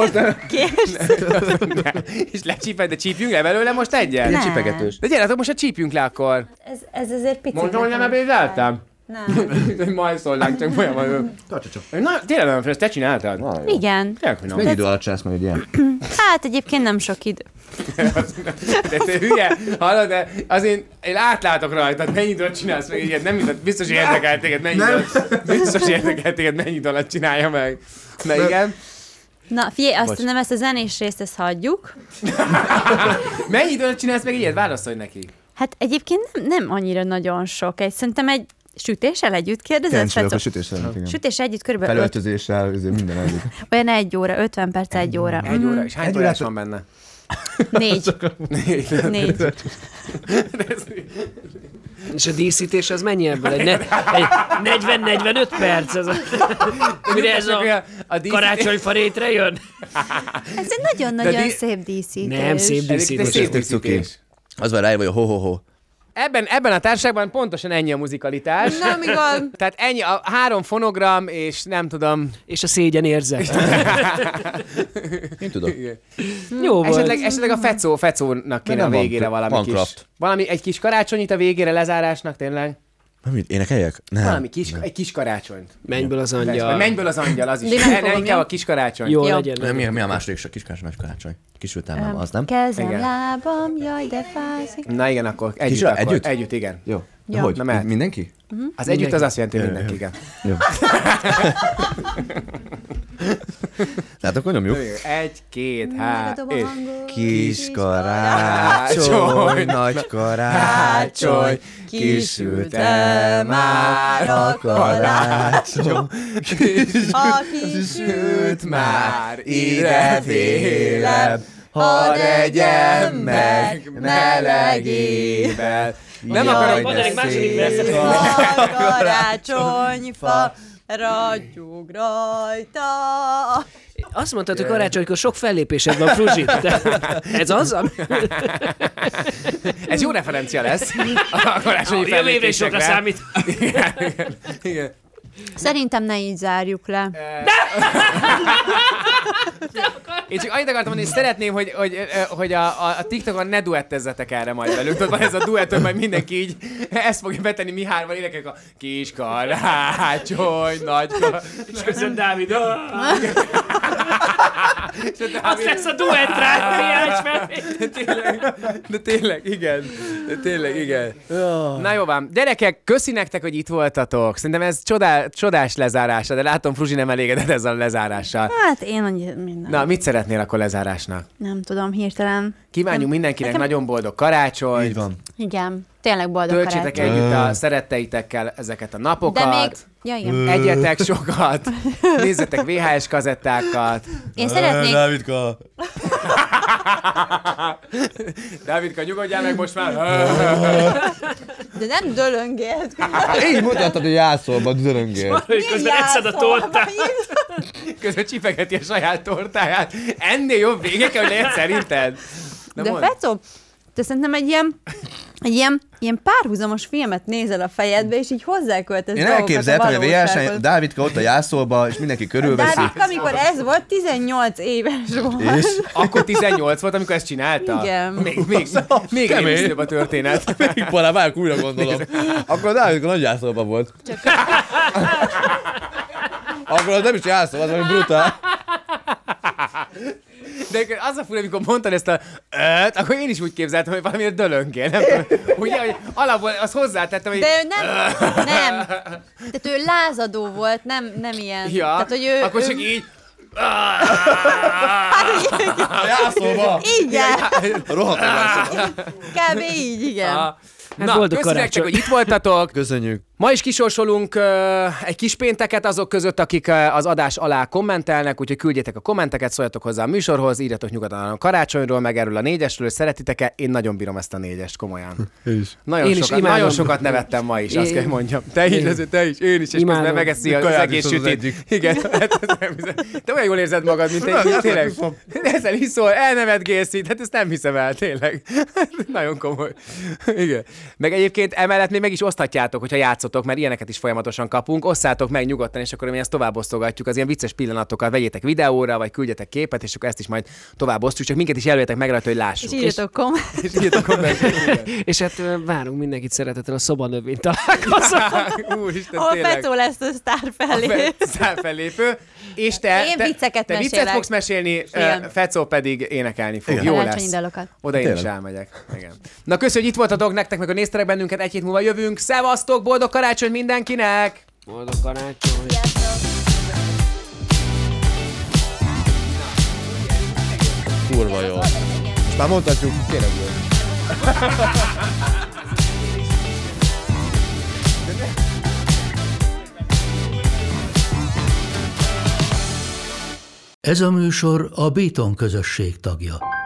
Kérsz? És lecsíped, de csípjünk le belőle most egyen? Nem. Csipegetős. De gyertek, most a csípjünk le akkor. Ez, ez azért picit... Mondtam, hogy nem ebédeltem. Nem. Hogy majszolnánk, csak folyamatosan. Tartsa Na, tényleg nagyon friss, te csináltad? Igen. Tényleg finom. Mennyi idő alatt csinálsz meg egy ilyen? Hát egyébként nem sok idő. De te hülye, hallod, de az én, én átlátok rajtad, mennyi időt csinálsz meg ilyet, nem időt, biztos érdekel téged, mennyi időt, biztos érdekel téged, mennyi idő alatt csinálja meg. Na igen. Na figyelj, azt hiszem, ezt a zenés részt ezt hagyjuk. Mennyi idő alatt csinálsz meg ilyet? Válaszolj neki. Hát egyébként nem, nem annyira nagyon sok. Egy, szerintem egy sütéssel együtt kérdezett? Kíváncsi vagyok Fecó? a sütésre. igen. Sütés együtt körülbelül öt, Felöltözéssel, izé, minden együtt. olyan egy óra, 50 perc egy óra. Hm, Egy óra, és hány Egy tojás van órát- benne? Négy. Négy. És a díszítés az mennyi ebből? Egy, ne, egy 40-45 perc az a... Mire ez Csak a olyan a díszítés- karácsonyfarétre jön? Ez egy nagyon-nagyon di- szép díszítés. Nem szép Ezek- de díszítés. szép díszítés. Az van ráj, vagy a ho-ho-ho. Ebben, ebben a társaságban pontosan ennyi a muzikalitás. Nem igaz. Tehát ennyi a három fonogram, és nem tudom. És a szégyen érzet. Én tudom. Jó volt. Esetleg, esetleg a fecó, fecónak kéne a nem van végére kl- valami van kis. craft. Valami, egy kis karácsonyt a végére lezárásnak, tényleg? Nem, mit, énekeljek? Nem. Valami kis, egy kis karácsonyt. Mennyből az Persze, vagy angyal. Mennyből az angyal, az is. De nem Ne, ne, fogom, inkább jó? a kis karácsony. Jó Jó. legyen. Mi, mi a második sok kis karácsony, nagy karácsony? Kisültem, nem, az nem? Kezem, Igen. lábam, jaj, de fázik. Na igen, akkor együtt. Kis- akkor. együtt? Együtt, igen. Jó. De Ja. hogy? Na, mehet. Mindenki? Az együtt az azt jelenti, hogy mindenki, igen. Jó. Tehát akkor nyomjuk. Egy, két, hát, Megadom a és... hangot. Kis karácsony, nagy karácsony, kisülte már a karácsony, A kisült már ide félem, hadd egyem meg melegében. Nem Jaj, akarom, de második, második szép verset. a karácsonyfa, ragyog rajta. Azt mondtad, hogy karácsonykor sok fellépésed van, Fruzsi. De ez az, ami... Ez jó referencia lesz a karácsonyi Jövő évre is fellépésekre. sokra számít. Igen. Szerintem ne így zárjuk le. Én csak annyit akartam mondani, hogy szeretném, hogy, hogy, ö, hogy a, a, a TikTokon ne duettezzetek erre majd velük. Tudod, van ez a duett, hogy majd mindenki így ezt fogja betenni Mihárval, énekek a kis karácsony, nagy karácsony. És köszön, Dávid. Ah, És a Az Dávid- lesz a duett rá. Milyen is fel- De tényleg, de tényleg, igen. De tényleg, igen. Na jó van. Gyerekek, köszi nektek, hogy itt voltatok. Szerintem ez csodá, csodás lezárása, de látom, Fruzsi nem elégedett ezzel a lezárással. Hát én annyi, minden. Na, mit szeretnél akkor lezárásnak? Nem tudom, hirtelen. Hát, Kívánjunk mindenkinek nagyon boldog karácsony. Így van. Igen, tényleg boldog Töltsétek karácsony. együtt a szeretteitekkel ezeket a napokat. De még... Ja, igen. Egyetek sokat, nézzetek VHS kazettákat. Én szeretnék... Dávidka! Dávidka, nyugodjál meg most már. De nem dölöngélt. Hát Így mutattad, hogy jászolba döröngél. Közben egyszed a tortát. Közben csipegeti a saját tortáját. Ennél jobb vége kell, hogy lehet szerinted. Na De mondd. Fecó, te szerintem egy ilyen, egy ilyen, ilyen párhuzamos filmet nézel a fejedbe, és így hozzáköltesz Én dolgokat a elképzeltem, hogy a VS-en valósághoz. Dávidka ott a jászolba, és mindenki körülveszi. Dávid, amikor ez volt, 18 éves volt. És Akkor 18 volt, amikor ezt csinálta? Igen. Még, még, még Kemény. rémisztőbb a történet. még pará, várjuk, újra gondolom. Akkor Dávidka nagy jászolba volt. Akkor az nem is jászol, az valami brutál. De az a fura, amikor mondtad ezt a öt, akkor én is úgy képzeltem, hogy valamiért dölönkél. Nem tudom. Ugye, hogy alapból azt hozzátettem, hogy... De ő nem, nem. Tehát ő lázadó volt, nem, nem ilyen. Ja, Tehát, hogy ő, akkor ő, csak így... A jászolba! Igen, A rohadt jászolba. kb. így, igen. "Ah, Na, Hát boldog köszi nektek, karácsony. hogy itt voltatok. Köszönjük. Ma is kisorsolunk ö, egy kis pénteket azok között, akik ö, az adás alá kommentelnek, úgyhogy küldjetek a kommenteket, szóljatok hozzá a műsorhoz, írjatok nyugodtan a karácsonyról, meg erről a négyesről, szeretitek-e? Én nagyon bírom ezt a négyest, komolyan. És Nagyon, Én is sokat, imádom. nagyon sokat nevettem ma is, azt Én- kell mondjam. Te is, Laci, te is, én is, és Imádom. közben megeszi Még az kaját egész is hoz az sütit. egyik. Igen, hát ez nem hiszem. Te olyan jól érzed magad, mint egy, hát tényleg. iszom. Ezzel iszol, elnevetgélsz itt, hát ezt nem hiszem el, tényleg. Hát Nagyon komoly. Igen. Meg egyébként emellett még meg is oszthatjátok, hogyha játszotok, mert ilyeneket is folyamatosan kapunk. Osszátok meg nyugodtan, és akkor mi ezt tovább osztogatjuk. Az ilyen vicces pillanatokat vegyétek videóra, vagy küldjetek képet, és akkor ezt is majd tovább osztjuk. Csak minket is jelöljetek meg rajta, hogy lássuk. És írjatok komment. És írjatok kommenteket. És hát ö, várunk mindenkit szeretettel a szobanövény találkozó. Úristen, Ahol tényleg. Fecó lesz a sztár felé. A fel- fellépő, és te, Én te, vicceket te viccet mesélek. fogsz mesélni, Igen. ö, Fecó pedig énekelni fog. Igen. Jó Karácsonyi lesz. dalokat. Oda én is Tényleg. elmegyek. Igen. Na köszönjük, hogy itt voltatok nektek, meg a nézterek bennünket, egy hét múlva jövünk. Szevasztok, boldog karácsony mindenkinek! Boldog karácsony. kurva jó. Most már mondhatjuk, tényleg jó. Ez a műsor a Béton közösség tagja.